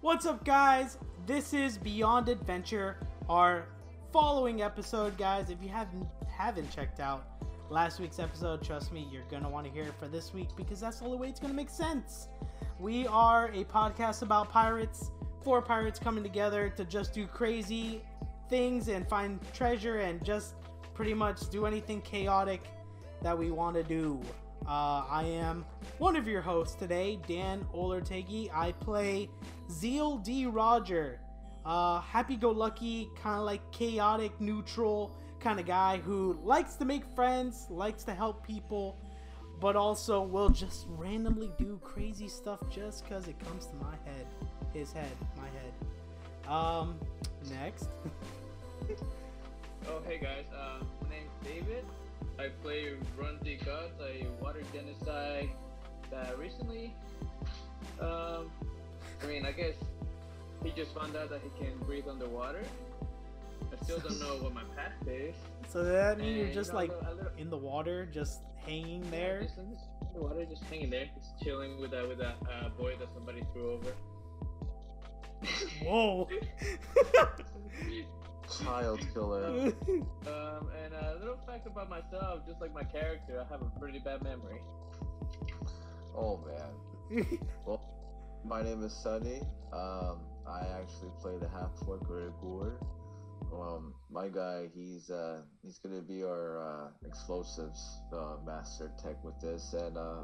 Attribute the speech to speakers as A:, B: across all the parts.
A: What's up, guys? This is Beyond Adventure, our following episode, guys. If you haven't haven't checked out last week's episode, trust me, you're gonna want to hear it for this week because that's the only way it's gonna make sense. We are a podcast about pirates, four pirates coming together to just do crazy things and find treasure and just pretty much do anything chaotic that we want to do. Uh, I am one of your hosts today, Dan Olertegi. I play Zeal D. Roger, uh, happy go lucky, kind of like chaotic, neutral kind of guy who likes to make friends, likes to help people, but also will just randomly do crazy stuff just because it comes to my head. His head, my head. Um, next.
B: Oh, hey guys, uh, my name's David. I play Run the Gods, a water genocide that recently, um, I mean, I guess he just found out that he can breathe underwater. I still don't know what my past is.
A: So does that mean
B: And,
A: you're
B: you
A: just
B: know,
A: like
B: a little-
A: in the water, just hanging there?
B: Just, I'm just underwater, just hanging there, just chilling with that with that uh, boy that somebody threw over.
A: Whoa.
C: Child killer.
A: Oh
B: um, and a little fact about myself, just like my character, I have a pretty bad memory.
C: Oh man. Well, my name is Sunny. Um, I actually play the half orc Gregor. Um, my guy, he's uh, he's gonna be our uh, explosives uh, master tech with this, and uh,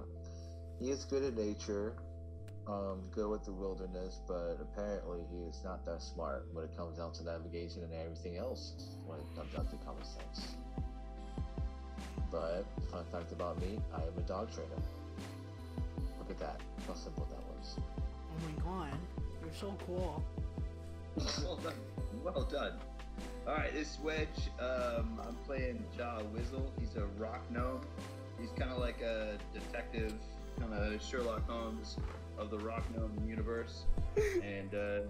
C: he is good at nature, um, good with the wilderness, but apparently he is not that smart when it comes down to navigation and everything else. When it comes down to common sense. But fun fact about me, I am a dog trainer. Look at that. How simple that was.
A: Oh my god, you're so cool.
D: Well done. Well done. All right, this Wedge, um, I'm playing Ja Wizzle. He's a rock gnome. He's kind of like a detective, kind of Sherlock Holmes of the rock gnome universe. And uh,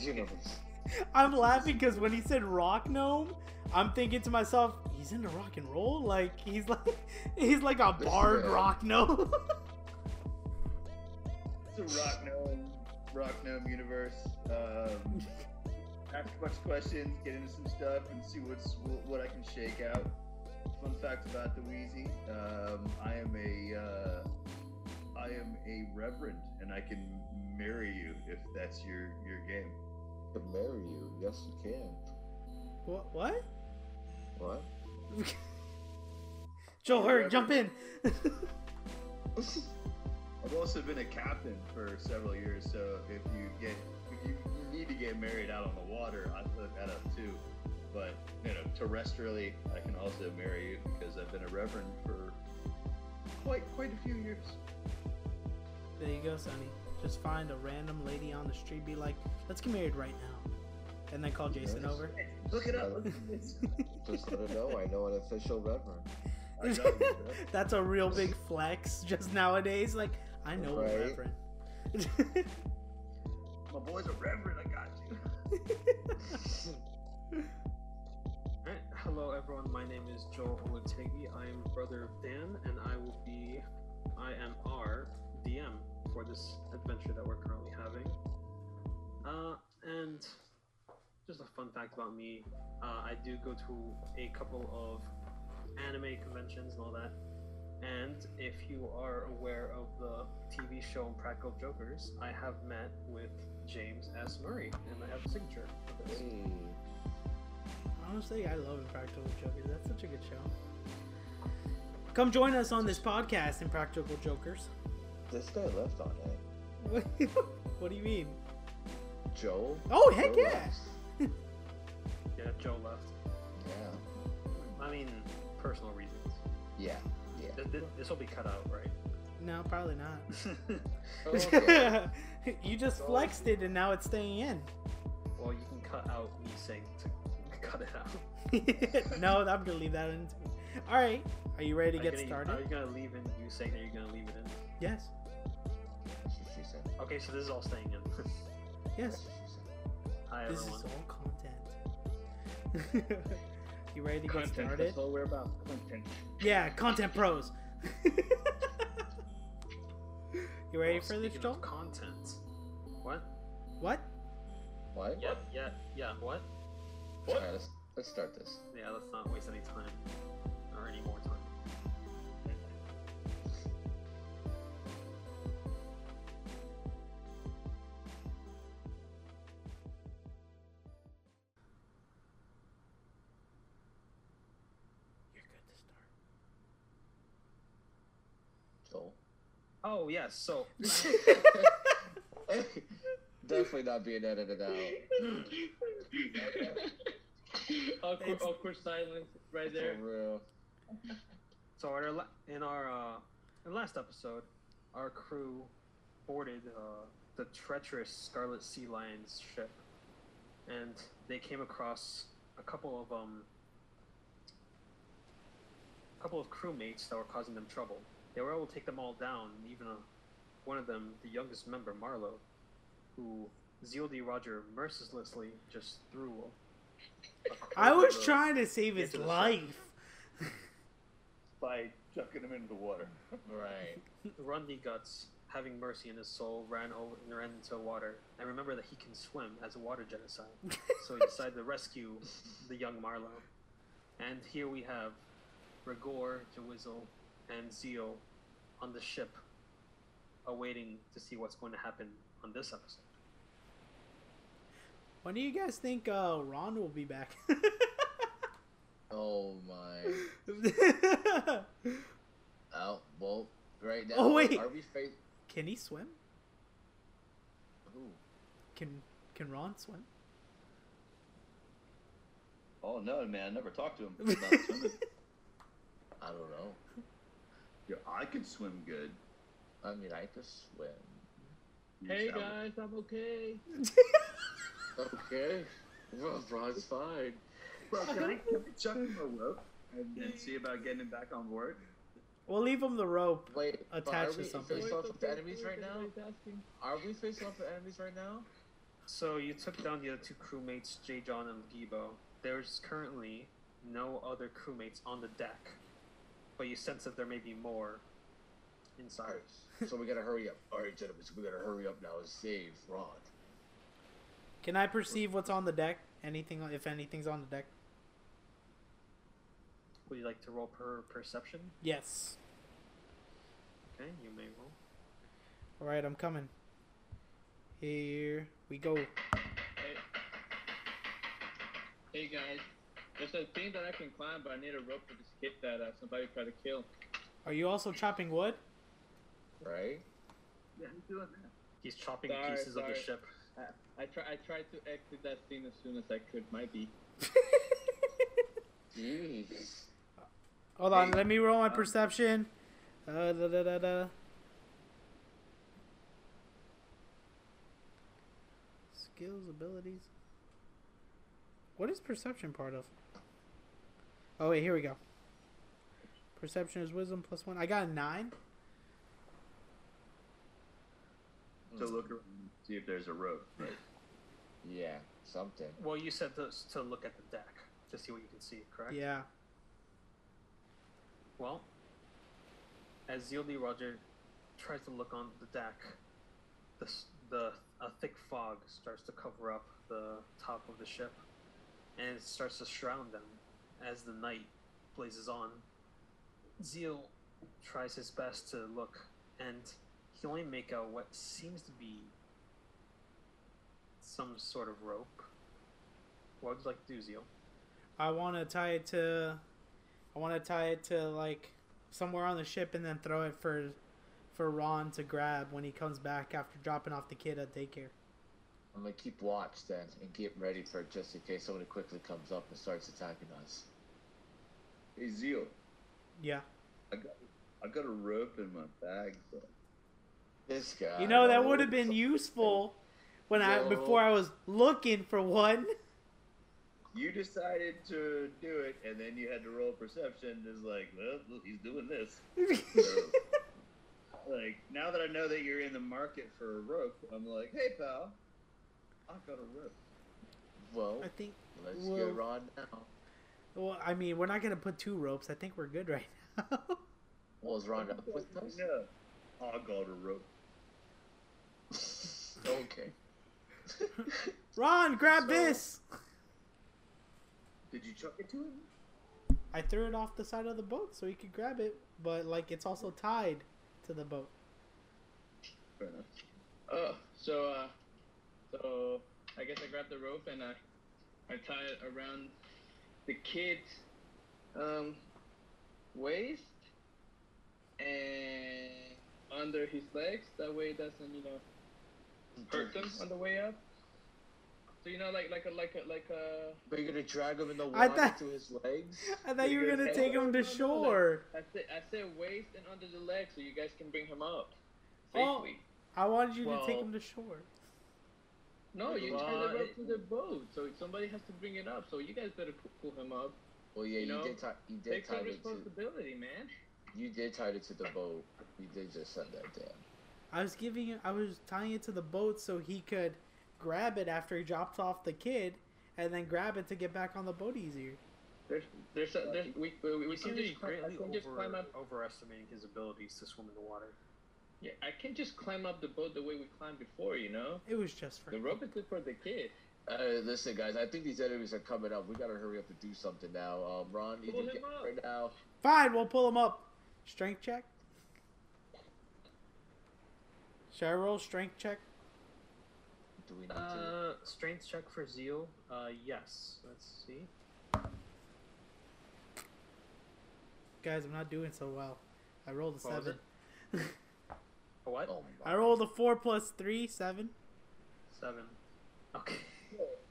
C: Universe.
A: I'm laughing because when he said rock gnome, I'm thinking to myself, he's into rock and roll. Like he's like he's like a barred
C: man.
A: rock gnome.
D: it's a rock gnome, rock gnome universe. Um, ask a bunch of questions, get into some stuff, and see what's wh- what I can shake out. Fun fact about the Wheezy: um, I am a uh, I am a reverend, and I can marry you if that's your your game.
C: Can marry you. Yes, you can.
A: what? What?
C: What?
A: Joel, hurry, jump in.
D: I've also been a captain for several years, so if you get if you you need to get married out on the water, I look that up too. But you know, terrestrially, I can also marry you because I've been a reverend for quite quite a few years.
A: There you go, Sonny. Just find a random lady on the street, be like, let's get married right now. And then call Jason
C: Yes.
A: over.
D: Look it up. Look at this.
C: Just let her know I know an official reverend.
D: I know, bro.
A: That's a real big flex just nowadays. Like, I know a
C: Right.
A: reverend.
D: My boy's a reverend. I got you.
E: Alright, hello everyone. My name is Joel Olategi. I am brother of Dan, and I will be, I am our DM for this adventure that we're currently having. Uh, and just a fun fact about me: uh, I do go to a couple of anime conventions and all that. And if you are aware of the TV show Practical Jokers, I have met with James S. Murray, and I have a signature. of his.
C: Hey.
A: Honestly, I love Impractical Jokers. That's such a good show. Come join us on this podcast, Impractical Jokers.
C: This guy left on it.
A: What, what do you mean?
C: Joel?
A: Oh, heck
C: Joel
A: yeah!
C: left.
E: Yeah, Joe left.
C: Yeah.
E: I mean, personal reasons.
C: Yeah.
E: This will be cut out, right?
A: No, probably not.
C: Oh, okay.
A: you just flexed it and now it's staying in.
E: Well, you can cut out me saying to cut it out.
A: no, I'm gonna leave that in. All right, are you ready to
E: Are
A: get
E: you gonna- Are
A: started?
E: you gonna leave in you saying that you're gonna leave it in?
A: Yes,
C: That's what she said.
E: Okay, so this is all staying in.
C: That's
A: yes.
C: what she said.
E: Hi
A: This is
E: everyone.
A: all content. you ready to get
B: Content,
A: started?
B: that's all we're about. Content.
A: Yeah, content pros. you ready
E: Well,
A: for this,
E: Oh, speaking of
A: Joel?
E: Content. What?
A: What?
C: Why?
E: Yeah, yeah, yeah. What?
C: All right, let's, let's start this.
E: Yeah, let's not waste any time or any more time.
A: You're good to start.
C: Joel.
E: Oh yes. So
C: Definitely not being edited out.
B: awkward,
A: It's-
B: awkward silence right
C: For
B: there.
C: real.
E: So at our la- in our uh, in the last episode, our crew boarded uh, the treacherous Scarlet Sea Lion's ship, and they came across a couple of um, a couple of crewmates that were causing them trouble. They were able to take them all down, and even uh, one of them, the youngest member, Marlowe, who ZLD Roger mercilessly just threw. a-
A: I was
E: a-
A: trying to save
E: Get
A: his
E: to the
A: life.
D: by chucking them into the water.
C: Right.
E: Rundy Guts, having mercy in his soul, ran over and ran into water. And remember that he can swim as a water genocide. so he decided to rescue the young Marlowe. And here we have Rigor, Jawizzle, and Zeo on the ship, awaiting to see what's going to happen on this episode.
A: When do you guys think uh, Ron will be back?
C: Oh my. Oh well. Right now.
A: Oh, wait.
C: Are we face?
A: Can he swim?
C: Ooh.
A: Can Can Ron swim?
D: Oh no, man! I never talked to him about swimming.
C: I don't know.
D: Yo, I can swim good.
C: I mean, I could swim.
B: Hey
D: That was-
B: guys, I'm okay.
C: Okay. Well, Ron's fine.
D: Well, can I can we chuck him a rope and, and see about getting him back on board?
A: we'll leave him the rope.
C: Wait. but
A: Attached
C: are
A: to
C: we
A: something.
C: face
B: Wait,
C: off with the
B: okay,
C: enemies
B: wait,
C: right now?
B: everybody's asking.
C: Are we facing off with enemies right now?
E: So you took down the other two crewmates, Jay John and Gibo. There's currently no other crewmates on the deck, but you sense that there may be more
C: All
E: inside.
C: right. So we gotta hurry up. All right, gentlemen. So we gotta hurry up now and save Ron.
A: Can I perceive what's on the deck? Anything, if anything's on the deck?
E: Would you like to roll per perception?
A: Yes.
E: Okay, you may roll.
A: All right, I'm coming. Here we go.
B: Hey guys, there's a thing that I can climb, but I need a rope for this kid that uh, somebody tried to kill.
A: Are you also chopping wood?
C: Right.
D: Yeah, who's doing that?
E: He's chopping
B: Sorry,
E: pieces of the
B: sorry.
E: ship.
B: I try, I tried to exit that scene as soon as I could. Might be.
C: Jeez.
A: Hold on, let me roll my perception. Uh, da, da, da, da. Skills, abilities. What is perception part of? Oh wait, here we go. Perception is wisdom plus one. I got a nine.
D: To look around, and see if there's a rope. Right?
C: Yeah. Something.
E: Well, you said to, to look at the deck to see what you can see, correct?
A: Yeah.
E: Well, as Zildi Roger tries to look on the deck, the, s- the a thick fog starts to cover up the top of the ship, and it starts to shroud them as the night blazes on. Zeal tries his best to look, and he can only make out what seems to be some sort of rope. What would you like to do, Zeal?
A: I want to tie it to. I want to tie it to like somewhere on the ship and then throw it for, for Ron to grab when he comes back after dropping off the kid at daycare.
C: I'm gonna keep watch then and get ready for it just in case somebody quickly comes up and starts attacking us.
D: Hey, Zio,
A: Yeah.
D: I got I got a rope in my bag. But...
C: This guy.
A: You know that would have been useful when I
C: Yo.
A: before I was looking for one.
D: You decided to do it, and then you had to roll perception. Is like, well, look, he's doing this. So, like now that I know that you're in the market for a rope, I'm like, hey pal, I got a rope.
C: Well,
A: I think.
C: let's
A: well-
C: get Ron now.
A: Well, I mean, we're not gonna put two ropes. I think we're good right now.
C: Well, is Ron up with us?
D: No, I got a rope.
C: Okay.
A: Ron, grab
D: So-
A: this.
D: Did you chuck it to him?
A: I threw it off the side of the boat so he could grab it, but like it's also tied to the boat.
D: Fair enough.
B: Oh, so uh, so I guess I grabbed the rope and I, I tie it around the kid's um waist and under his legs. That way it doesn't you know hurt them on the way up. So you know like like a like a like a
C: But you're gonna drag him in the
A: I
C: water
A: thought-
C: to his legs.
A: I thought you were gonna take him to shore.
B: I said I said waist and under the legs so you guys can bring him up
A: Oh.
B: safely.
A: I wanted you to take
B: Well-
A: him to shore.
B: No, you tie the
D: Why?
B: rope to the boat, so somebody has to bring it up. So you guys better pu- pull him up.
C: Well, yeah,
B: You
C: you,
B: know,
C: did. Tie, you did
B: Take
C: tie
B: some
C: it to.
B: responsibility, man.
C: You did tie it to the boat. You did just said that, Dan.
A: I was giving him, I was tying it to the boat so he could grab it after he drops off the kid, and then grab it to get back on the boat easier.
B: There's, there's, a, there's we, we, we,
E: You
B: can
E: seem to be
B: just climb, I
E: greatly
B: can just climb
E: over,
B: up.
E: overestimating his abilities to swim in the water.
B: Yeah, I can just climb up the boat the way we climbed before, you know.
A: It was just for
B: The rope is good for the kid.
C: Uh, listen, guys. I think these enemies are coming up. We gotta hurry up and do something now. Um, Ron, you
B: Pull
C: can
B: him
C: get
B: up.
C: right now.
A: Fine, we'll pull him up. Strength check. Should I roll strength check?
C: Do we need to?
E: Uh, strength check for zeal. Uh, yes. Let's see.
A: Guys, I'm not doing so well. I rolled a
E: What was
A: seven.
E: A what?
C: Oh my.
A: I rolled a four plus three, seven.
E: Seven. Okay.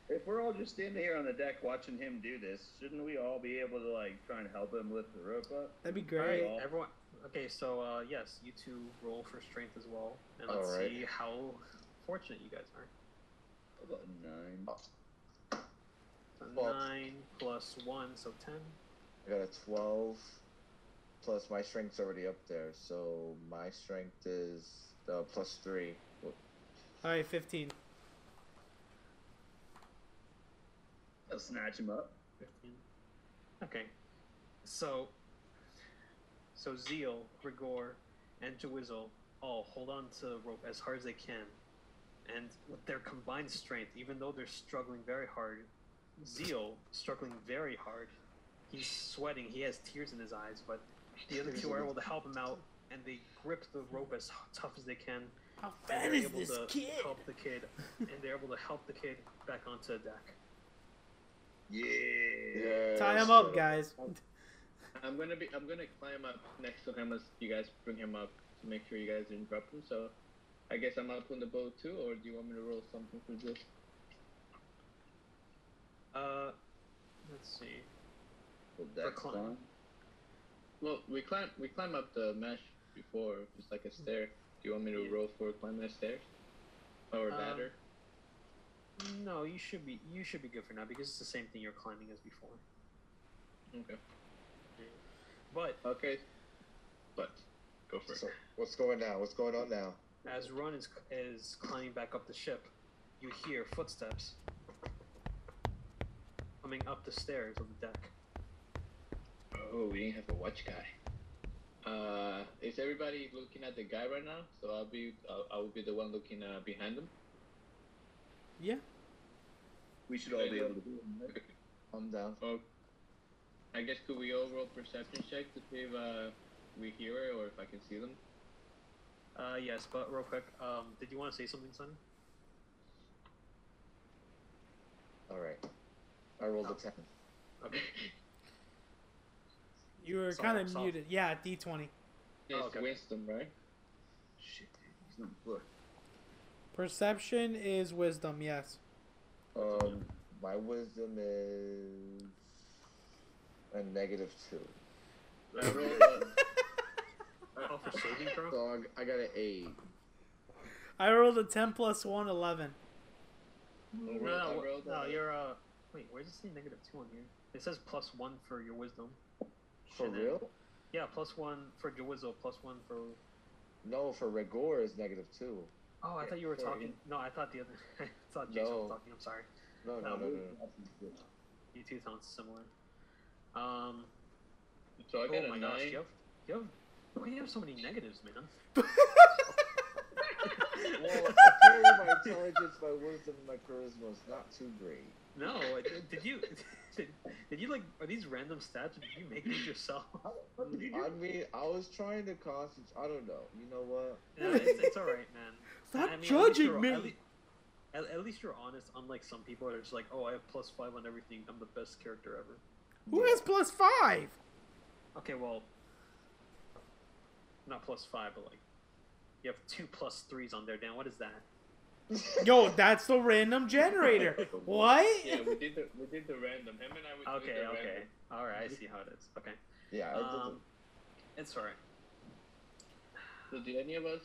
D: If we're all just standing here on the deck watching him do this, shouldn't we all be able to like try and help him lift the rope up?
A: That'd be
E: All
A: great.
E: right, everyone. Okay, so uh, yes, you two roll for strength as well, and
C: All
E: let's
C: right.
E: see how fortunate you guys are.
D: How About nine.
E: So
C: Well-
E: Nine plus one, so ten.
C: I got a 12. Plus, my strength's already up there. So, my strength is uh, plus 3.
A: All right, 15.
D: I'll snatch him up.
E: 15. Okay. So, so Zeal, Rigor, and Jawizzle all hold on to the rope as hard as they can, and with their combined strength, even though they're struggling very hard, Zeal struggling very hard. He's sweating. He has tears in his eyes, but the other two are able to help him out, and they grip the rope as tough as they can.
A: How
E: and
A: fat
E: they're
A: is
E: able
A: this
E: to
A: kid?
E: help the kid, and they're able to help the kid back onto the deck.
D: Yeah.
A: Tie him up, guys.
B: I'm gonna be, I'm gonna climb up next to him as you guys bring him up to make sure you guys didn't drop him. So, I guess I'm up on the boat too, or do you want me to roll something for this?
E: Uh, let's see.
D: Well, that's
E: climb.
D: fine.
B: Well, we climb, we climb up the mesh before, just like a stair. Do you want me to
E: Yeah.
B: roll for climbing a stair or
E: Um,
B: ladder?
E: No, you should be you should be good for now because it's the same thing you're climbing as before.
B: Okay.
E: But
B: Okay. But go for it.
C: So, what's going on? What's going on now?
E: as Ron is is climbing back up the ship, you hear footsteps coming up the stairs of the deck.
B: Oh, we didn't have a watch guy. Uh, is everybody looking at the guy right now? So I'll be, I'll, I will be the one looking uh, behind him.
A: Yeah.
D: We should all be able to do it. right?
C: Calm down.
B: Oh, I guess could we all roll perception check to see if uh, we hear it or if I can see them?
E: Uh, yes, but real quick, um, did you want to say something, Sonny?
C: Alright. I rolled a 10.
E: Okay.
A: You were
E: Solid,
A: kind of
E: solid.
A: muted. Yeah, D20.
B: It's
E: Oh, okay.
B: wisdom, right?
D: Shit, dude. He's not look.
A: Perception is wisdom, yes.
C: Um, my wisdom is a negative 2.
B: I rolled. Uh,
E: Oh, for saving throw.
C: So, I, I got an 8.
A: I rolled a 10 plus 1, 11.
B: I
E: No,
B: rolled- I
E: no,
B: rolled,
E: no,
B: uh,
E: you're uh. Wait, where does it say negative two on here? It says plus one for your wisdom.
C: For
E: And then-
C: real?
E: Yeah, plus one for Jawizzle, plus one for.
C: No, for Rigor is negative 2.
E: Oh, I
D: Yeah,
E: thought you were
D: sorry.
E: talking. No, I thought the other. I thought Jason
C: No.
E: was talking. I'm sorry.
C: No, no, no,
E: No.
C: no. no.
E: You two sound similar. Um.
B: so I
E: Oh
B: got
E: my
B: a
E: gosh,
B: nine.
E: you have, you have. Why do you have so many negatives, man?
C: Well, I carry my intelligence, my wisdom, and my charisma is not too great.
E: No, I- did, did you? Did, did you like? Are these random stats? or Did you make these yourself?
C: I mean, I was trying to concentrate. I don't know. You know what?
E: No, it's, it's all right, man.
A: Stop
E: I mean, at least
A: judging
E: you're-
A: me.
E: At, lea- at, at least you're honest. Unlike some people that are just like, "Oh, I have plus five on everything. I'm the best character ever."
A: Who has plus five?
E: Okay, well, not plus five, but like, you have two plus threes on there. Dan, what is that?
A: Yo, that's the random generator. What?
B: Yeah, we did the we did the random. Him and I we
E: Okay,
B: did the
E: okay,
B: random.
E: all right. I see how it is. Okay,
C: Yeah, I did
E: um, it's all right.
B: So did any of us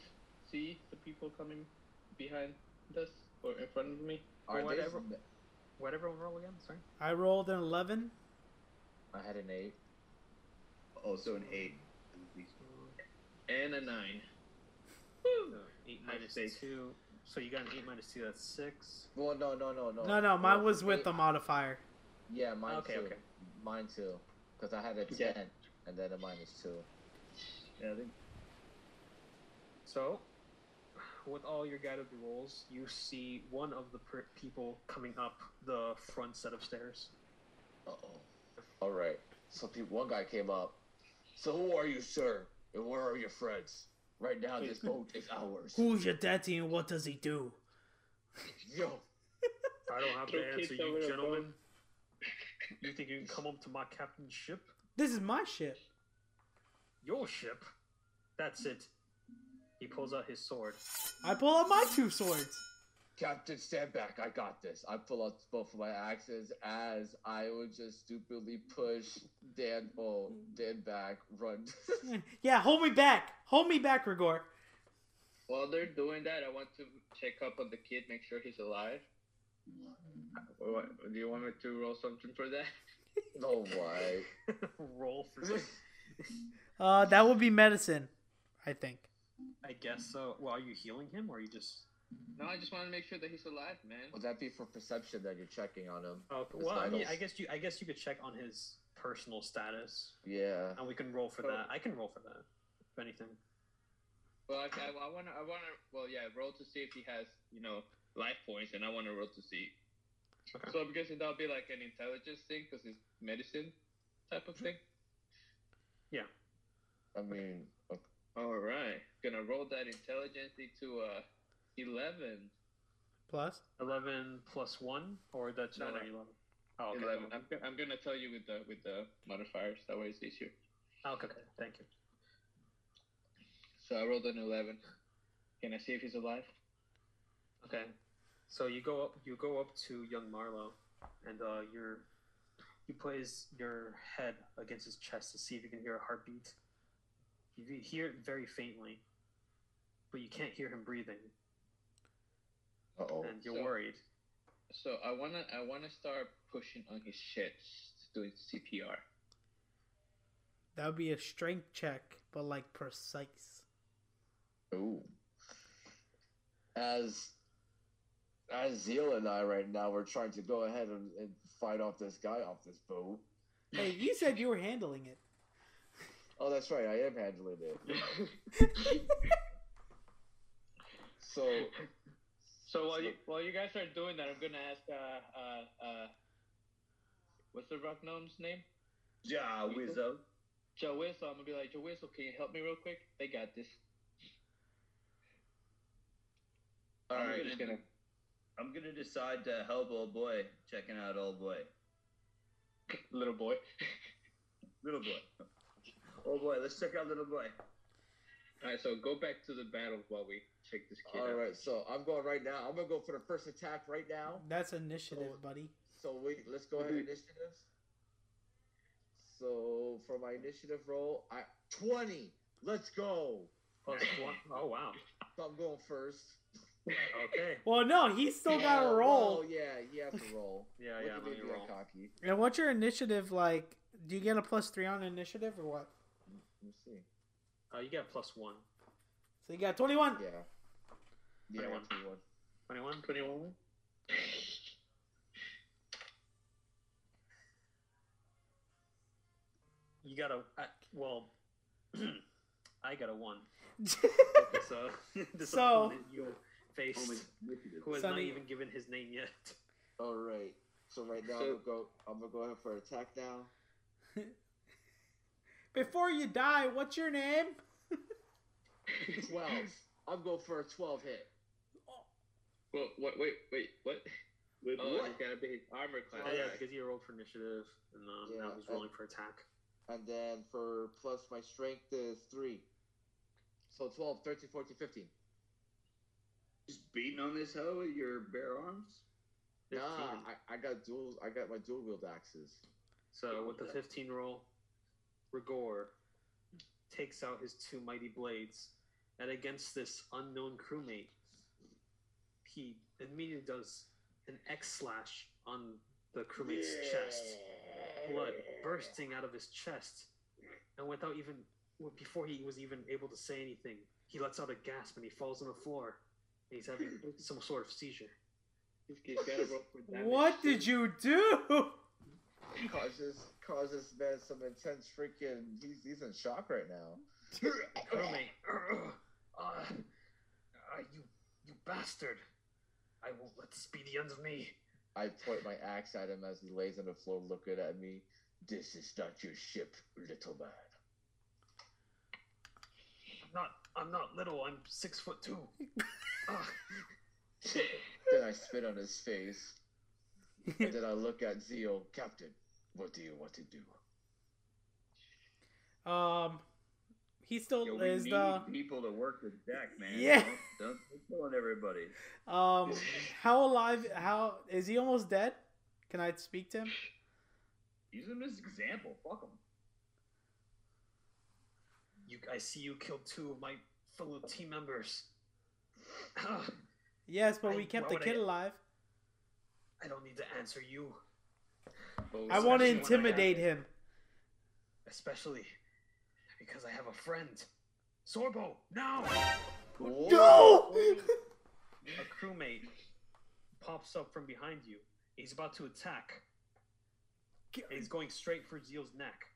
B: see the people coming behind us or in front of me?
C: Are they-
E: whatever. What everyone roll again? Sorry.
A: I rolled an eleven.
C: I had an eight.
D: Also Oh, an eight.
B: And a nine.
E: So eight
D: I
E: minus
D: see.
E: two. So you got an eight minus two. That's six.
C: Well, no, no, no, no.
A: No, no, mine
C: Well,
A: was with
C: eight-
A: the modifier.
C: Yeah, mine
E: Okay,
C: too.
E: okay.
C: Mine too. Because I had a
B: Yeah.
C: 10 and then a minus 2.
D: Yeah, I think
E: So, with all your guided rolls, you see one of the per- people coming up the front set of stairs.
C: Uh oh. Alright. So people, one guy came up. So who are you, sir? And where are your friends? Right now, this boat is ours.
A: Who's your daddy and what does he do?
C: Yo,
E: I don't have
B: Two
E: to answer
B: kids over
E: you,
B: the
E: gentlemen. You think you can come up to my captain's ship?
A: This is my ship.
E: Your ship? That's it. He pulls out his sword.
A: I pull out my two swords.
C: Captain, stand back. I got this. I pull out both of my axes as I would just stupidly push Dan, oh, Dan back, run.
A: Yeah, hold me back. Hold me back, Rigor.
B: While they're doing that, I want to check up on the kid, make sure he's alive. What, do you want me to roll something for that?
C: oh my.
E: Roll for.
A: Uh, that would be medicine, I think.
E: I guess so. Well, are you healing him, or are you just?
B: No, I just want to make sure that he's alive, man.
C: Would that be for perception that you're checking on him?
E: Oh,
C: His
E: well, I mean,
C: vitals.
E: I guess you. I guess you could check on his personal status,
C: Yeah.
E: and we can roll for
B: Oh.
E: that. I can roll for that. If anything.
B: Well, I, I, I want to, I want to, well, yeah, roll to see if he has, you know, life points, and I want to roll to see.
E: Okay.
B: So I'm guessing that'll be like an intelligence thing because it's medicine type of thing.
C: I mean, uh, okay.
B: All right, gonna roll that intelligence to uh, eleven.
A: Plus,
E: 11 plus 1, or that's
B: No,
E: not
B: no.
E: 11? Oh, okay.
B: Eleven. I'm, go- I'm gonna tell you with the with the modifiers. That way it's easier.
E: Oh, okay, okay, thank you.
B: So I rolled an eleven. Can I see if he's alive?
E: Okay. So you go up you go up to young Marlowe and uh you're you place your head against his chest to see if you can hear a heartbeat. You can hear it very faintly, but you can't hear him breathing,
C: uh oh.
E: and you're
B: So-
E: worried.
B: So I wanna I wanna start pushing on his chest, doing CPR.
A: that would be a strength check, but like precise.
C: Ooh. As as Zeal and I right now we're trying to go ahead and, and fight off this guy off this boat.
A: Hey, you said you were handling it.
C: Oh, that's right, I am handling it. So
B: So while you while you guys are doing that, I'm gonna ask uh uh uh, what's the rock gnome's name?
D: Ja Wizzo.
B: Joe Whistle. I'm gonna be like Joe Whistle. Can you help me real quick? They got this.
D: All
B: I'm
D: right,
B: just gonna-
D: I'm gonna decide to help old boy checking out old boy,
B: little boy.
D: little boy. Old boy, let's check out little boy.
B: All right, so go back to the battle while we check this kid out.
C: Alright, so I'm going right now. I'm gonna go for the first attack right now.
A: That's initiative, buddy.
C: So wait, let's go ahead
D: Mm-hmm.
C: initiatives. So for my initiative roll, I twenty. Let's go.
E: Plus one. Oh wow.
C: So I'm going first.
E: Okay.
A: Well, no, he's still got
C: Yeah,
A: to
C: well,
A: roll.
C: yeah, he has to roll.
E: Yeah,
C: Look
E: yeah,
C: at
E: let
C: me
E: me
C: being
E: roll.
C: cocky.
A: And what's your initiative like? Do you get a plus three on initiative or what?
C: Let me see.
E: Uh, you get plus one.
A: So you got 21.
C: Yeah. Yeah,
E: Twenty-one.
C: that's the one.
E: Twenty-one. Twenty-one. You got a I, well. I got a one. So
A: So-
E: you faced,
C: oh
E: who has not
A: Sunny-
E: even given his name yet.
C: All right. So right now
B: So-
C: I'm gonna go. I'm gonna go ahead for attack now.
A: Before you die, what's your name?
C: Twelve. I'm going for a twelve hit.
B: Well, what? Wait, wait, what?
C: With
B: Oh, it's gotta be armor class.
E: Oh, yeah,
B: Alright.
E: because you rolled for initiative, and um,
C: Yeah,
E: that was
C: I-
E: rolling for attack.
C: And then for plus my strength is three. So 12, 13, 14, 15.
D: Just beating on this hoe with your bare arms.
C: Nah,
E: 15.
C: I, I got dual. I got my dual wield axes.
E: So with the 15 roll, Rigor takes out his two mighty blades, and against this unknown crewmate, he immediately does an X slash on the crewmate's chest, blood bursting out of his chest, and without even well, before he was even able to say anything, he lets out a gasp and he falls on the floor. And he's having some sort of seizure.
B: He's gotta roll for damage.
A: What did you do?
C: Causes causes man some intense freaking. He's he's in shock right now.
E: The crewmate, "Ah, ah, you, you bastard! I won't let this be the end of me.
C: I point my axe at him as he lays on the floor, looking at me. This is not your ship, little man.
E: I'm not, I'm not little. I'm six foot two. Ah,
C: Then I spit on his face. and then I look at Zeo, Captain. What do you want to do?
A: Um, he still
D: Yo, we
A: is
D: need
A: the
D: people to work the deck, man.
A: Yeah.
D: Don't, don't be killing everybody.
A: um. How alive? How is he? Almost dead? Can I speak to him?
D: Use them as an example. Fuck them.
E: you, I see you killed two of my fellow team members. Ah,
A: Yes, but
E: I-
A: we kept the
E: why would I
A: kid
E: get-
A: alive.
E: I don't need to answer you,
C: Both
A: I want to
E: actually one I got.
A: intimidate him.
E: especially because I have a friend, Sorbo. Now,
C: Whoa.
A: No!
E: a crewmate pops up from behind you. He's about to attack. He's going straight for Zeal's neck.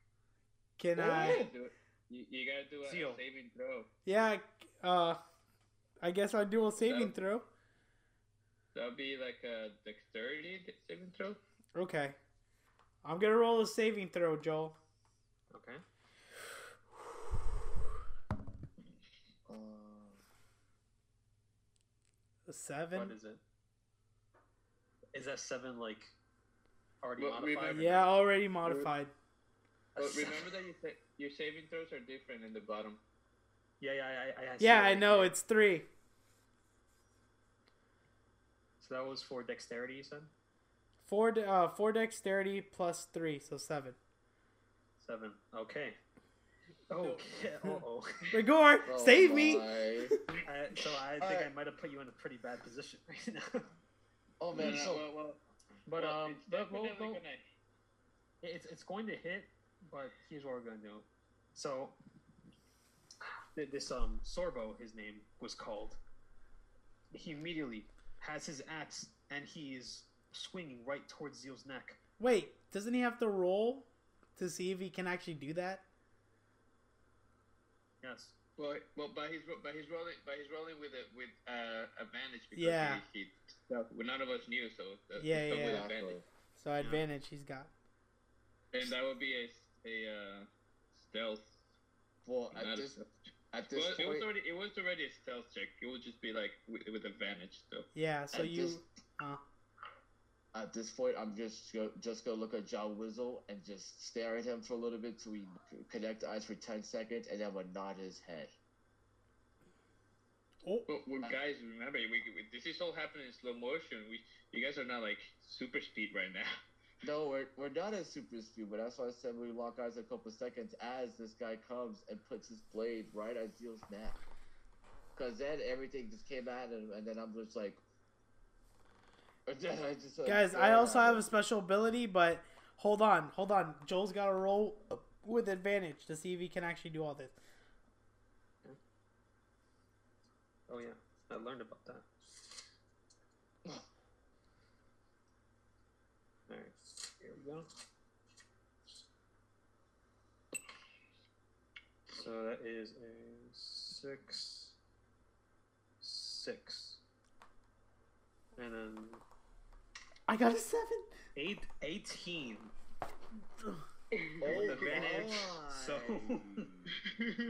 A: Can
B: You gotta
A: I?
B: do it. You, you gotta do a
E: Seal.
B: saving throw.
A: Yeah. Uh, I guess I do a saving
B: That-
A: throw.
B: That'll be like a dexterity saving throw.
A: Okay. I'm gonna roll a saving throw, Joel.
E: Okay.
C: Uh,
A: A seven.
E: What is it? Is that seven like already
B: Well,
E: modified?
B: remember-
A: Yeah, already modified.
E: A
B: But
E: seven.
B: remember that your, sa- your saving throws are different in the bottom.
E: Yeah, yeah, I, I, I see
A: Yeah, I
E: it.
A: know it's three.
E: So that was for dexterity, you said?
A: Four, de- uh, four dexterity plus three, so seven.
E: Seven. Okay. Oh, uh oh.
A: Rigor,
C: oh
A: save me!
C: my.
E: I- so I think I
C: Alright.
E: might have put you in a pretty bad position right now.
C: Oh man,
B: Yeah,
C: so
B: well, well,
E: But
B: well,
E: um,
B: it's
E: but we'll-
B: definitely
E: we'll-
B: gonna-
E: It's it's going to hit, but here's what we're gonna do. So th- this um Sorbo, his name was called. He immediately has his axe and he is swinging right towards Zeal's neck.
A: Wait, doesn't he have to roll to see if he can actually do that?
E: Yes.
B: Well, well, but he's ro- but he's rolling but he's rolling with a with uh, advantage because
A: Yeah.
B: he, he well, none of us knew so uh,
A: Yeah,
B: he's
A: yeah.
B: with
C: exactly.
B: advantage.
A: So advantage he's got.
B: and that would be a a uh, stealth.
C: Well,
B: not
C: at
B: a-
C: this at this
B: well, it
C: point,
B: was already it was already a stealth check. It would just be like with, with advantage. So
A: Yeah, so
C: at
A: you.
C: this-
A: uh.
C: at this point, I'm just go, just gonna look at John Wizzle and just stare at him for a little bit till we c- connect eyes for ten seconds, and then I'm gonna nod his head.
A: Oh,
B: But
C: Uh.
B: well, guys, remember we, we, this is all happening in slow motion. We you guys are not like super speed right now.
C: No, we're, we're not at super speed, but that's why I said we lock eyes a couple seconds as this guy comes and puts his blade right at Zeal's neck. Cause then everything just came at him, and then I'm just like, and then I just, like,
A: guys, I
C: stared
A: also
C: at
A: have a
C: him.
A: special ability, but hold on, hold on. Joel's got to roll with advantage to see if he can actually do all this.
E: Oh yeah, I learned about that. All right, here we go. So that is a six, six. and then
A: I got a seven.
E: eight, 18
D: Oh,
E: with advantage. So
D: my.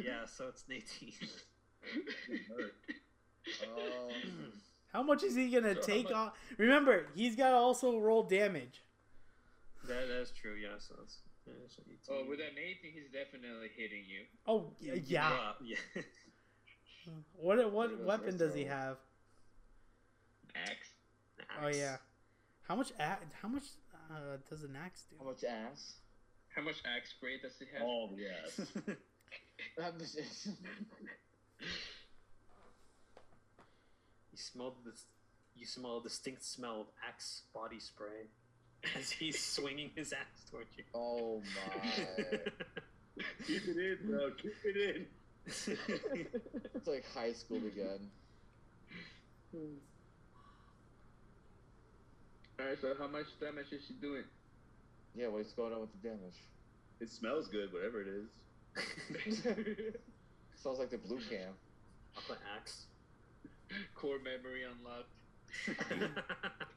E: yeah, so it's an eighteen.
C: Um,
A: How much is he gonna
E: So how
A: take
E: much-
A: off? Remember, he's gotta also roll damage.
E: that that's true. Yeah, so it's, yeah, it's an eighteen.
B: Oh, with an 18, he's definitely hitting you.
A: Oh y- yeah.
E: Uh, yeah.
A: What what
C: Yeah,
A: weapon does he
C: so-
A: have?
B: Max.
A: Oh yeah. How much? A- how much uh, does an axe
C: how
A: do?
C: much ass?
B: How much axe grade does he have?
D: Oh, yes.
C: That was-
E: You smelled this. You smell a distinct smell of axe body spray as he's swinging his axe towards you.
C: oh my!
D: Keep it in, bro. Keep it in.
C: It's like high school again.
B: Alright, so how much damage is she doing?
C: Yeah, what's going on with the damage?
D: It smells good, whatever it is.
C: Sounds like the blue cam.
E: Upper axe.
B: Core memory unlocked.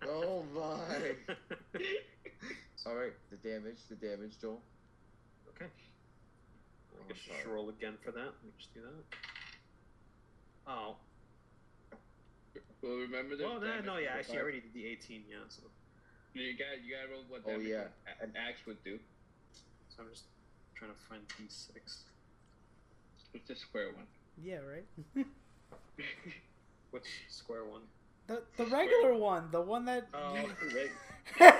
C: Oh my! All right, the damage, the damage, Joel.
E: Okay. I guess you should roll again for that. Let me just do that. Oh.
B: Well, remember the.
E: Well, no,
B: damage
E: no, yeah,
B: from the
E: actually, I
B: fire?
E: already did the 18, yeah, so,
B: You got, you got to roll what
C: Oh,
B: damage
C: yeah.
B: a- an axe would do.
E: so I'm just trying to find d6.
B: It's a square one.
A: Yeah, right.
E: Which square one?
A: The the regular one, the one that.
E: Oh,
D: Wait,
C: Yes,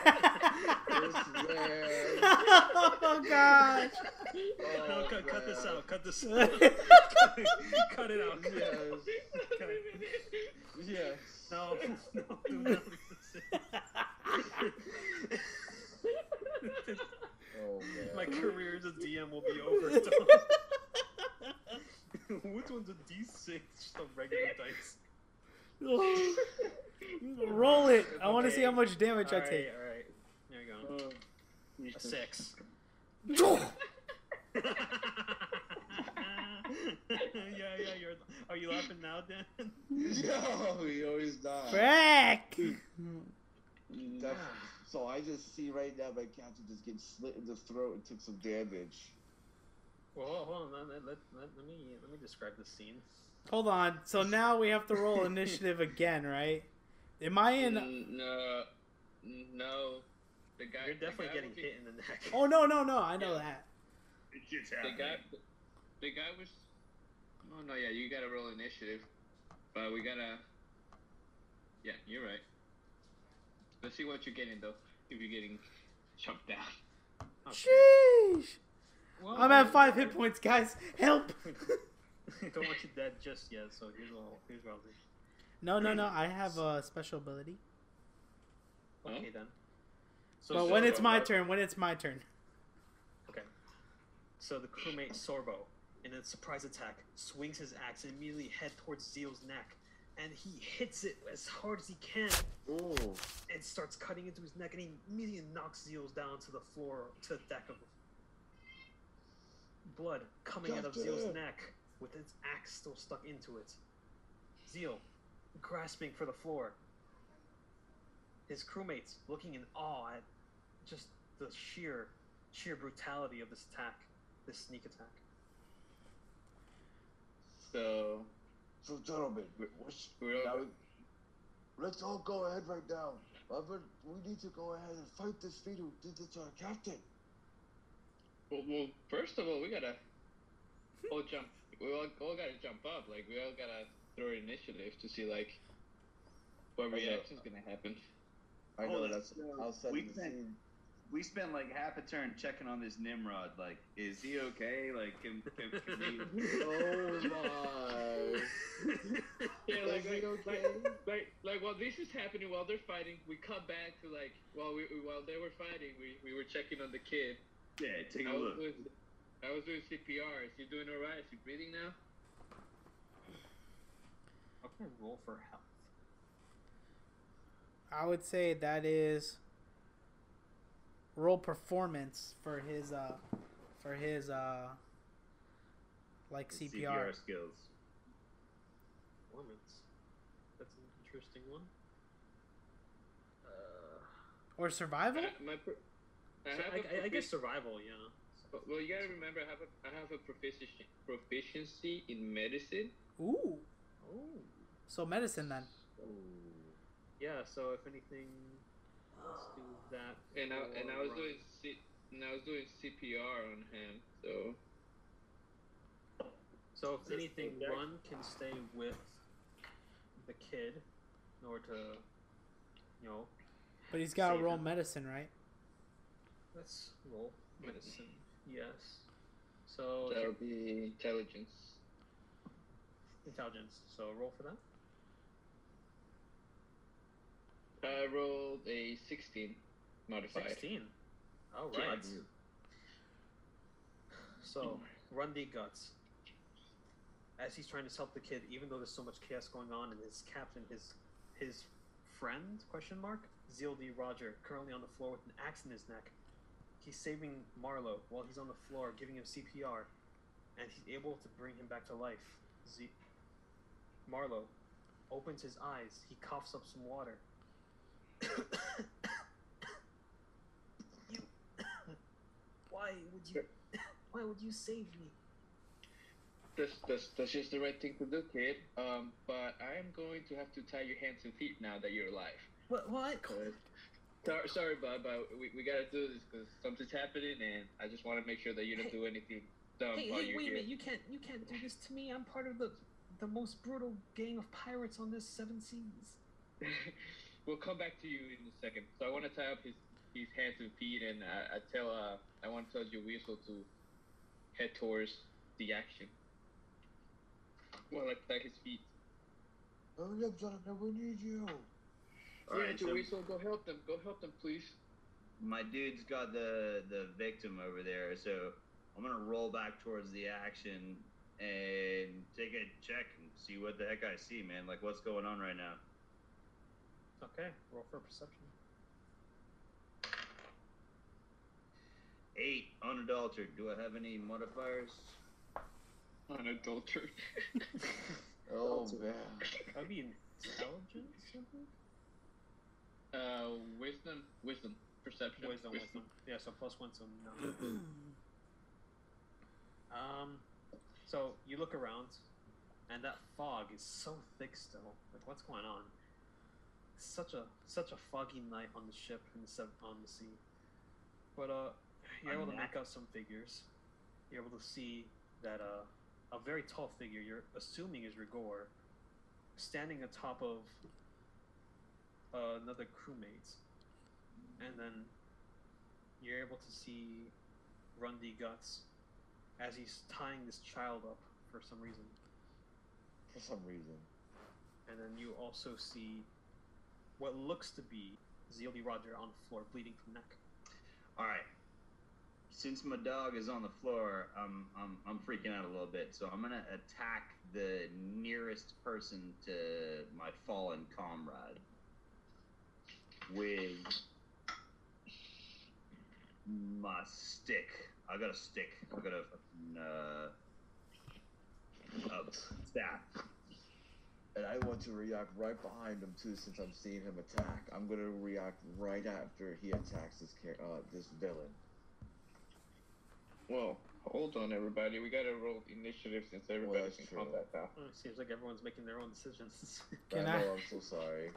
A: oh gosh.
E: no,
C: Oh,
E: cut, cut this
C: man.
E: out, cut this out. cut it out.
C: yes,
E: Cut it.
C: yes.
E: No, no, do not listen.
C: Oh
E: My
C: man!
E: career as a DM will be over. Tom. Which one's a D6? Just a regular dice.
A: Roll it. I want to see how
E: Okay.
A: much damage I
E: Alright,
A: take.
E: alright. There you go. A Uh, six. yeah, yeah, you're. Are you laughing now, Dan?
C: No, he always dies.
A: Frick!
E: Hmm.
C: That's, so I just see right now my captain just getting slit in the throat and took some damage.
E: Well, hold on. Let, let, let, let me let me describe the scene.
A: Hold on. So now we have to roll initiative again, right? Am I
E: uh,
A: in?
B: Mm, no. No. The guy.
E: You're
B: the
E: definitely
B: guy
E: getting
B: would be-
E: hit in the neck.
A: Oh no, no, no! I know that.
D: it shit's
B: The
D: happening.
B: guy. The guy was. Oh, no, yeah, you got to roll initiative. But we got to. Yeah, you're right. Let's see what you're getting, though. If you're getting chopped down.
A: Sheesh!
E: Well,
A: I'm at five hit points, guys. Help!
E: Don't want you dead just yet. So here's a little, here's what I'll do.
A: No, no, no! I have a special ability.
E: Okay then. So
A: But
E: Sorbo-
A: when it's my turn, when it's my turn.
E: okay. So the crewmate Sorbo, in a surprise attack, swings his axe and immediately head towards Zeo's neck, and he hits it as hard as he can
C: Ooh.
E: and starts cutting into his neck, and he immediately knocks Zeo's down to the floor to the deck of blood coming out of Zeo's
C: Goddamn.
E: neck with its axe still stuck into it. Zeo, grasping for the floor. His crewmates looking in awe at just the sheer, sheer brutality of this attack, this sneak attack.
B: So.
C: So gentlemen, what's,
B: We're
C: now
B: over.
C: we, let's all go ahead right now. Robert, we need to go ahead and fight this feeder. This is our captain.
B: Well, well, first of all, we gotta all jump. We all, all gotta jump up. Like we all gotta throw initiative to see like what
C: Okay.
B: reaction's gonna happen.
C: I
D: Oh,
C: know
D: that's-
C: that's
D: no,
C: how set
D: we
C: the
D: can't-
C: scene.
D: We spent like half a turn checking on this Nimrod. Like, is he okay? Like, can, can, can we...
C: Oh my!
B: Yeah, like
C: Is
B: like,
C: it okay?
B: like like like while this is happening, while they're fighting, we cut back to like while we while they were fighting, we, we were checking on the kid.
D: Yeah, take
B: I
D: a
B: was
D: look.
B: doing I was doing CPR. Is she doing alright? Is she breathing now?
E: How can I roll for health?
A: I would say that is roll performance for his uh for his uh like
D: His
A: CPR.
D: skills.
E: Performance. That's an interesting one. Uh,
A: Or survival?
B: I- my pro- I
E: so
B: have a
E: I, I, I guess
B: profici-
E: survival, yeah.
B: Uh-huh. Well, you gotta remember, I have a, I have a proficiency proficiency in medicine.
A: Ooh.
E: Oh.
A: So medicine then.
E: Yeah, so if anything, let's do that.
B: and I
E: Oh,
B: and I was
E: for-
B: doing C, and I was doing CPR on him. So
E: So if anything,
D: Yeah.
E: Run can stay with the kid in order to, you know,
A: But he's got to
E: Save
A: roll
E: him.
A: medicine, right?
E: let's roll medicine. Yes. So
B: that would be intelligence.
E: intelligence. So roll for that.
B: I rolled a sixteen modified.
E: Sixteen. All
B: Yeah,
E: right.
B: dude.
E: So Run the guts. As he's trying to help the kid, even though there's so much chaos going on, and his captain, his his friend question mark Zeal D. Roger, currently on the floor with an axe in his neck. He's saving Marlowe while he's on the floor, giving him CPR, and he's able to bring him back to life. Z- Marlowe opens his eyes. He coughs up some water. you, why would you? Why would you save me?
B: That's, that's that's just the right thing to do, kid. Um, but I am going to have to tie your hands and feet now that you're alive.
E: What? What?
B: 'Cause- Sorry, sorry, bud, but we, we gotta do this because something's happening, and I just want to make sure that you don't do anything dumb
E: hey,
B: while
E: hey,
B: you're
E: wait a
B: here.
E: minute! You can't, you can't do this to me. I'm part of the, the most brutal gang of pirates on this seven seas.
B: we'll come back to you in a second. So I want to tie up his his hands and feet, and I, I tell uh, I want to tell your weasel to head towards the action. Well, like like his feet.
C: Hurry up, Jonathan, we need you.
D: All right,
B: your
D: so
B: weasel, go help them. Go help them, please.
D: my dude's got the the victim over there, so I'm gonna roll back towards the action and take a check and see what the heck I see, man. Like what's going on right now?
E: Okay, roll for perception.
D: Eight unadulterated. Do I have any modifiers?
B: Unadulterated.
C: Oh,
D: Don't-
C: man.
E: That'd be intelligence, something.
B: uh, wisdom, wisdom, perception,
E: Wisdom, wisdom. Yeah, so plus one, so no. um, so you look around, and that fog is so thick still. Like, what's going on? Such a such a foggy night on the ship in the sev- on the sea. But uh, you're
D: I'm
E: able to
D: not-
E: make out some figures. You're able to see that uh, a very tall figure. You're assuming is Rigor, standing atop of uh, another crewmate, and then you're able to see Rundy Guts as he's tying this child up for some reason.
C: For some reason.
E: And then you also see what looks to be Zealdy Roger on the floor, bleeding from neck.
D: All right. Since my dog is on the floor, I'm I'm I'm freaking out a little bit, so I'm gonna attack the nearest person to my fallen comrade with my stick. I got a stick. I got a fucking, uh, a staff.
C: And I want to react right behind him too, since I'm seeing him attack. I'm gonna react right after he attacks this car- uh, this villain.
B: Well, hold on, everybody. We gotta roll initiative since everybody's
C: that's
B: in
C: true.
B: combat now.
E: Oh, it seems like everyone's making their own decisions.
A: Can
C: I
A: I-
C: know, I'm so sorry.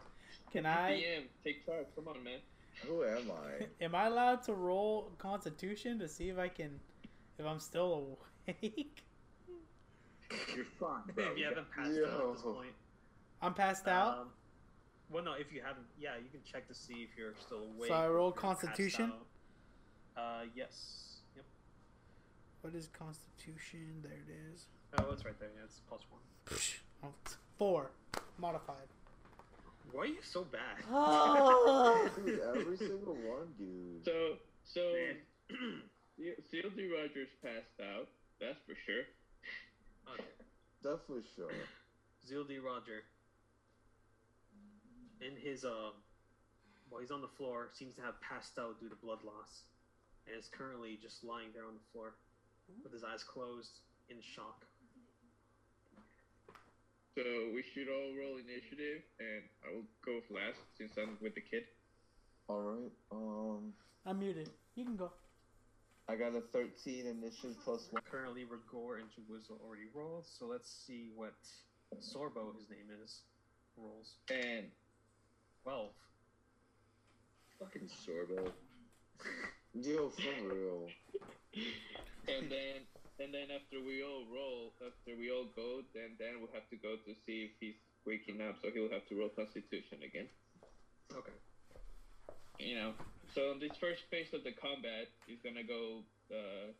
A: Can I?
B: DM, take charge. Come on, man.
C: Who am I?
A: Am I allowed to roll Constitution to see if I can, if I'm still awake?
D: You're fine, bro.
E: if you
D: We got-
E: haven't passed out at this
C: Yo.
E: point.
A: I'm passed out.
E: Um, well, no, if you haven't, yeah, you can check to see if you're still awake.
A: So I
E: or if
A: roll
E: you're passed
A: Constitution?
E: out. Uh, yes. Yep.
A: what is Constitution? There it is.
E: Oh, it's right there. Yeah, it's plus one.
A: Psh, oh, it's Four, modified.
E: Why are you so bad?
A: Oh.
C: Dude, every single one, dude.
B: So, so
E: Man.
B: CLD Rogers passed out. That's for sure.
E: okay.
C: That's for sure.
E: Zildy Roger. In his uh, well, he's on the floor. Seems to have passed out due to blood loss, and is currently just lying there on the floor, with his eyes closed, in shock.
B: So we should all roll initiative, and I will go last since I'm with the kid.
C: All right. Um,
A: I'm muted. You can go.
C: I got a 13 initiative plus one.
E: Currently, Rigor and Jwizzle already rolled, so let's see what Sorbo, his name is, rolls.
D: And
E: 12.
D: fucking Sorbo.
C: Yo, for real.
B: and then and then after we all roll, after we all go, then Dan will have to go to see if he's waking up, so he'll have to roll Constitution again.
E: Okay.
B: You know, so in this first phase of the combat, he's gonna go uh,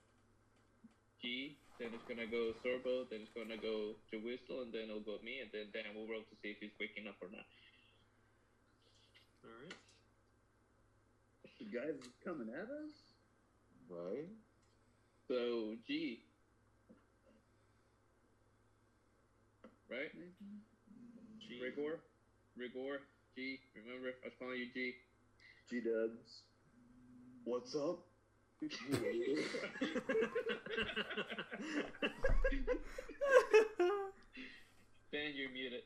B: G, then it's gonna go Sorbo, then it's gonna go to Whistle, and then it'll go me, and then Dan will roll to see if he's waking up or not.
E: Alright.
D: The guy's coming at us?
C: Right?
B: So G, right?
E: G.
B: Rigor, rigor, G. Remember, I was calling you G.
D: G Dubs.
C: What's up?
B: Dan, you're muted.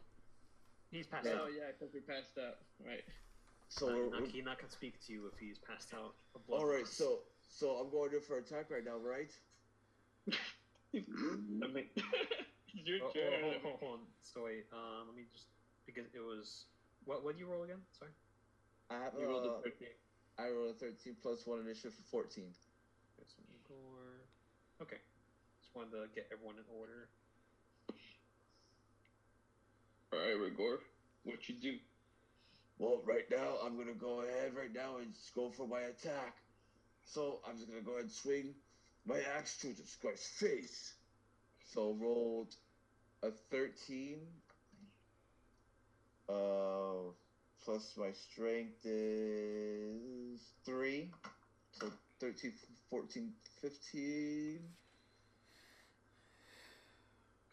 E: he's passed
B: Oh
E: out.
B: yeah, because we passed out. Right.
C: So
E: Not-
C: we're,
E: not-
C: we're-
E: he not can speak to you if he's passed out. A blood
C: all right.
E: loss.
C: So so I'm going in for attack right now, right?
B: I mean, it's your
E: Oh, oh,
B: turn.
E: hold, hold, hold on. So wait, um, let me just because it was what? What do you roll again? Sorry.
C: I have.
B: You rolled a
C: Uh,
B: 13.
C: I rolled a 13 plus one initiative for 14.
E: Got some gore. Okay. Just wanted to get everyone in order.
B: All right, rigor. What you do?
C: Well, right now I'm gonna go ahead right now and just go for my attack. So I'm just gonna go ahead and swing my axe to this guy's face. So rolled a thirteen. Uh, plus my strength is three. So 13, 14, 15.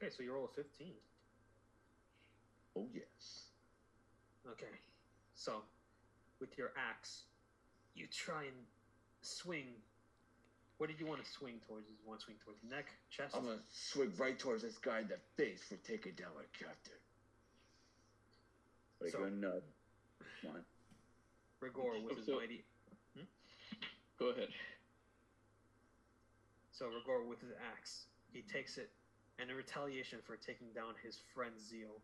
E: Okay, so you roll a fifteen.
C: Oh yes.
E: Okay. So, with your axe, you try and swing. What did you want to swing towards? Did you want to swing towards neck, chest?
C: I'm gonna swing right towards this guy in the face for taking down my captain.
D: Like,
E: So-
D: so, no. Come on.
E: Rigor with his
B: So-
E: mighty.
B: Go ahead.
E: So Rigor with his axe, he takes it, and in retaliation for taking down his friend Zeal,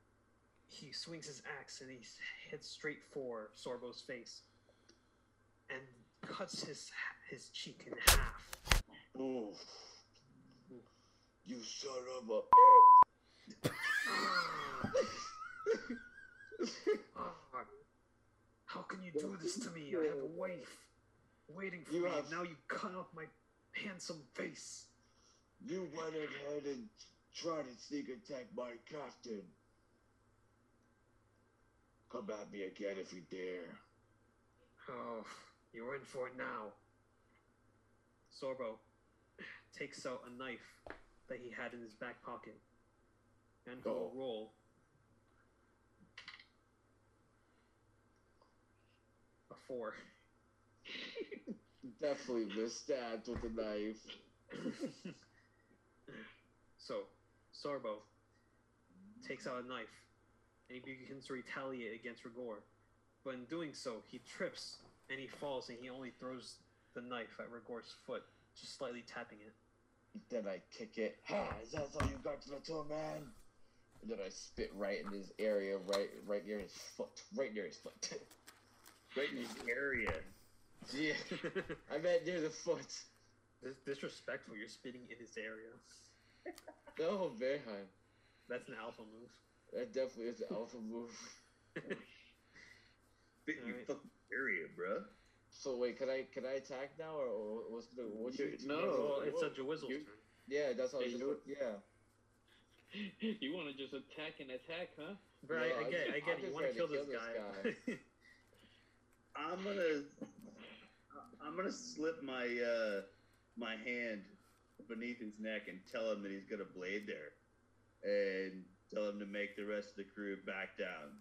E: he swings his axe and he s- hits straight for Sorbo's face, and cuts his his cheek in half.
C: Oof. You son of a.
E: Ah, how can you do this to me? I have a wife waiting for
C: You
E: me,
C: have-
E: and now you cut off my handsome face.
C: You went ahead and tried to sneak attack my captain. Come at me again if you dare.
E: Oh, you're in for it now. Sorbo takes out a knife that he had in his back pocket, and
C: Oh.
E: he'll roll a four.
C: Definitely been stabbed with a knife.
E: so, Sorbo takes out a knife and he begins to retaliate against Rigor. But in doing so, he trips and he falls and he only throws the knife at Rigor's foot, just slightly tapping it.
C: Then I kick it. Ha! Is that all you got to the tour, man? And then I spit right in his area, right, right near his foot, right near his foot.
D: Right in his area.
C: yeah, I meant near the foot.
E: Dis- disrespectful, you're spitting in his area.
C: No, Bearheim.
E: That's an alpha move.
C: That definitely is an alpha move.
D: Bit in your
E: Alright.
D: fucking area, bruh.
C: So wait, can I can I attack now or or what's the what's your
B: You-
C: you
B: no.
C: wanna roll?
E: well, it's a Jawizzle
B: you-
E: turn.
C: yeah that's how
B: Hey,
C: you do
B: you-
C: it yeah
B: You want to just attack and attack, huh?
E: Right,
C: No,
E: I
C: I
E: get it,
C: just-
E: I get
C: I'm
E: it. You
C: just
E: want
C: trying to
E: to kill this
C: kill
E: guy.
C: this
D: I'm gonna, I- I'm gonna slip my uh, my hand beneath his neck and tell him that he's got a blade there, and tell him to make the rest of the crew back down.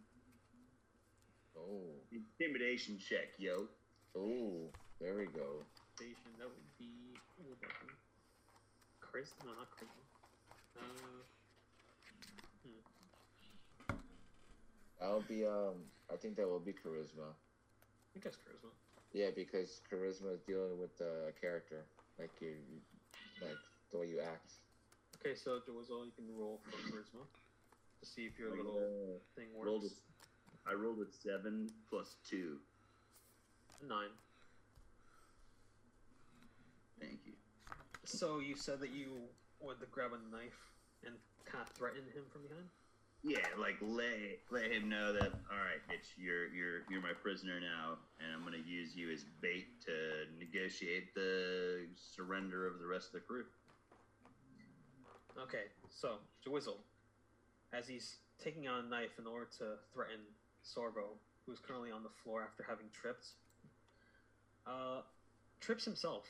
C: oh
D: Intimidation check, yo.
C: oh there we go
E: Station, that would be. what would that be? Charisma? No, not charisma. Uh,
C: that'll be um I think that will be charisma
E: I guess charisma.
C: Yeah, because charisma is dealing with the character, like you, you- like the way you act.
E: Okay, so Joazol, you can roll for charisma to see if your
F: I
E: little
C: uh,
F: rolled-
E: thing
F: rolled
E: works.
F: a- I rolled a seven plus two.
E: Nine.
D: Thank you.
E: So you said that you wanted to grab a knife and kind of threaten him from behind.
F: Yeah, like let let him know that all right, bitch, you're you're you're my prisoner now, and I'm gonna use you as bait to negotiate the surrender of the rest of the crew.
E: Okay, so Jawizzle, as he's taking out a knife in order to threaten Sorbo, who's currently on the floor after having tripped, uh, trips himself.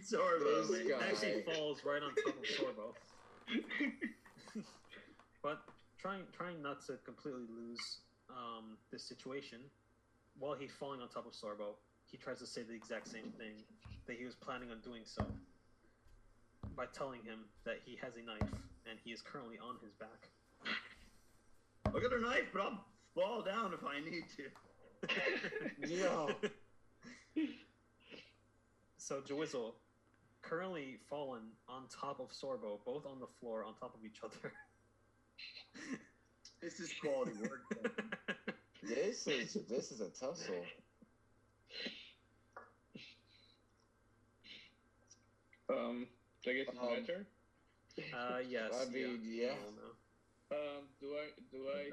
F: Sorbo
C: This guy.
E: actually falls right on top of Sorbo. but trying trying not to completely lose um, this situation, while he's falling on top of Sorbo, he tries to say the exact same thing that he was planning on doing so by telling him that he has a knife and he is currently on his back.
F: I got a knife, but I'll fall down if I need to.
C: Yo.
E: so Jawizzle, currently fallen on top of Sorbo, both on the floor on top of each other.
D: This is quality work.
C: This is this is a tussle.
B: Um, so I guess it's my
C: Um,
B: turn.
E: uh, yes.
C: I mean,
E: yeah.
C: yeah.
E: Roll now.
B: Um, do I do I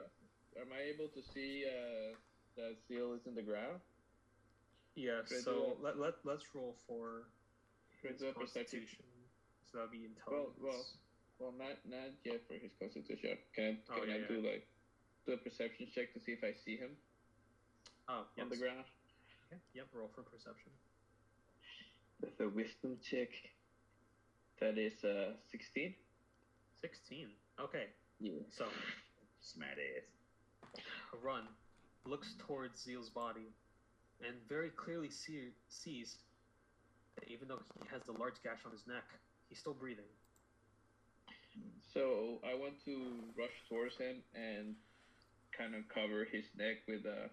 B: am I able to see uh the seal is in the ground? Can
E: Yeah,
B: I do
E: so
B: a-
E: let, let, let's roll for
B: Can I
E: his
B: do a perception?
E: constitution. So that would be intelligence.
B: well. Well, not not yet for his constitution. Can I,
E: Oh,
B: can
E: yeah,
B: I
E: yeah.
B: do like do a perception check to see if I see him
E: Oh, yes.
B: on the ground?
E: Okay, Yep, roll for perception.
B: That's a wisdom check. That is uh sixteen.
E: 16. Okay,
B: Yeah.
E: so
F: Smart ass.
E: run looks towards Zeal's body and very clearly see, sees that even though he has the large gash on his neck, he's still breathing.
B: So I want to rush towards him and kind of cover his neck with uh,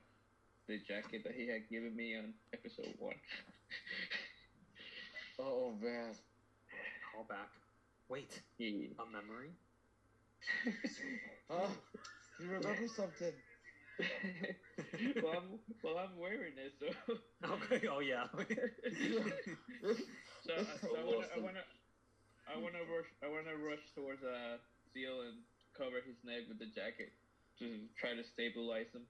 B: the jacket that he had given me on episode one.
C: Oh man.
E: Call back. Wait,
B: he,
E: a memory?
C: Huh? You remember something?
B: well, I'm, well, I'm wearing it, so.
E: Okay, oh yeah.
B: so, I- so I want to, I
C: Awesome.
B: want to, I want to rush, I want to rush towards uh, Seal and cover his neck with the jacket to try to stabilize him.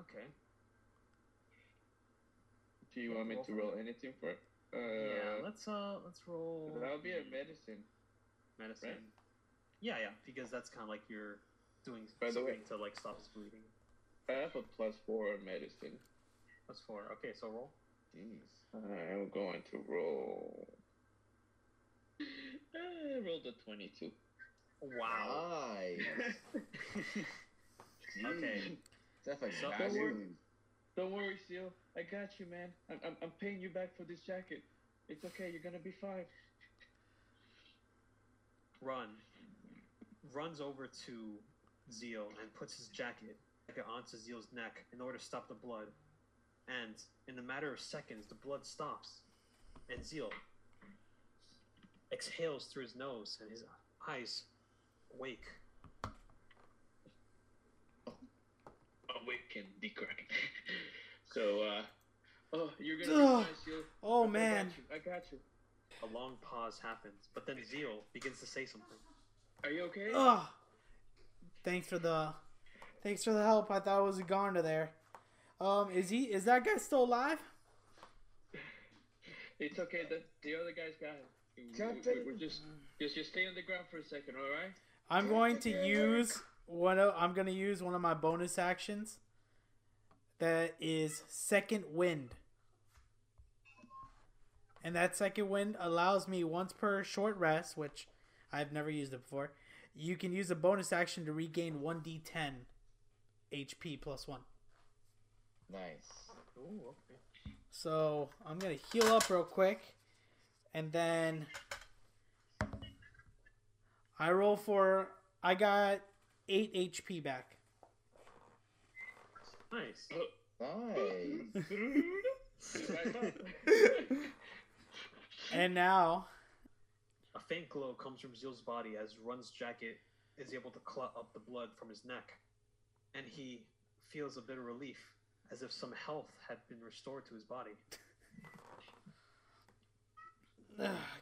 E: okay.
B: Do you want me
E: Roll
B: to
E: for
B: roll anything for it?
E: yeah,
B: Uh,
E: let's uh let's roll
B: that'll be a medicine.
E: medicine.
B: right?
E: Yeah, yeah, because that's kind of like you're doing
B: By the way-
E: something to like stop his bleeding.
B: I have a plus four on medicine.
E: That's four. Okay, so roll.
C: Jeez.
B: I'm going to roll. I rolled a 22. Uh-huh.
E: Wow.
C: Nice.
F: Hmm.
E: Okay.
C: That's like
E: So-
C: magic.
B: Don't worry, Seal. I got you, man. I'm, I'm, I'm paying you back for this jacket. It's okay. You're gonna be fine.
E: Run. Runs over to Zeal and puts his jacket jacket onto Zeal's neck in order to stop the blood. And in a matter of seconds, the blood stops, and Zeal exhales through his nose, and his eyes wake.
B: Awake and decrack. so, uh, oh, you're gonna be fine, Seal.
A: Oh
B: I
A: man.
B: got you, I got you.
E: A long pause happens, but then Zeal begins to say something.
B: Are you okay?
A: Ugh. Thanks for the thanks for the help. I thought it was Uganda there. Um, is he is that guy still alive?
B: It's okay. The, the other guy's got it.
C: God
B: We,
C: damn.
B: are just, just, just stay on the ground for a second, all right?
A: I'm going to use one of I'm gonna use one of my bonus actions. That is second wind. And that second wind allows me once per short rest, which I've never used it before. You can use a bonus action to regain 1d10 HP plus 1.
C: Nice.
E: Ooh, okay.
A: So I'm gonna heal up real quick, and then I roll for I got eight HP back.
E: Nice.
C: Nice.
A: And now,
E: A faint glow comes from Zeal's body as Run's jacket is able to clot up the blood from his neck, and he feels a bit of relief, as if some health had been restored to his body.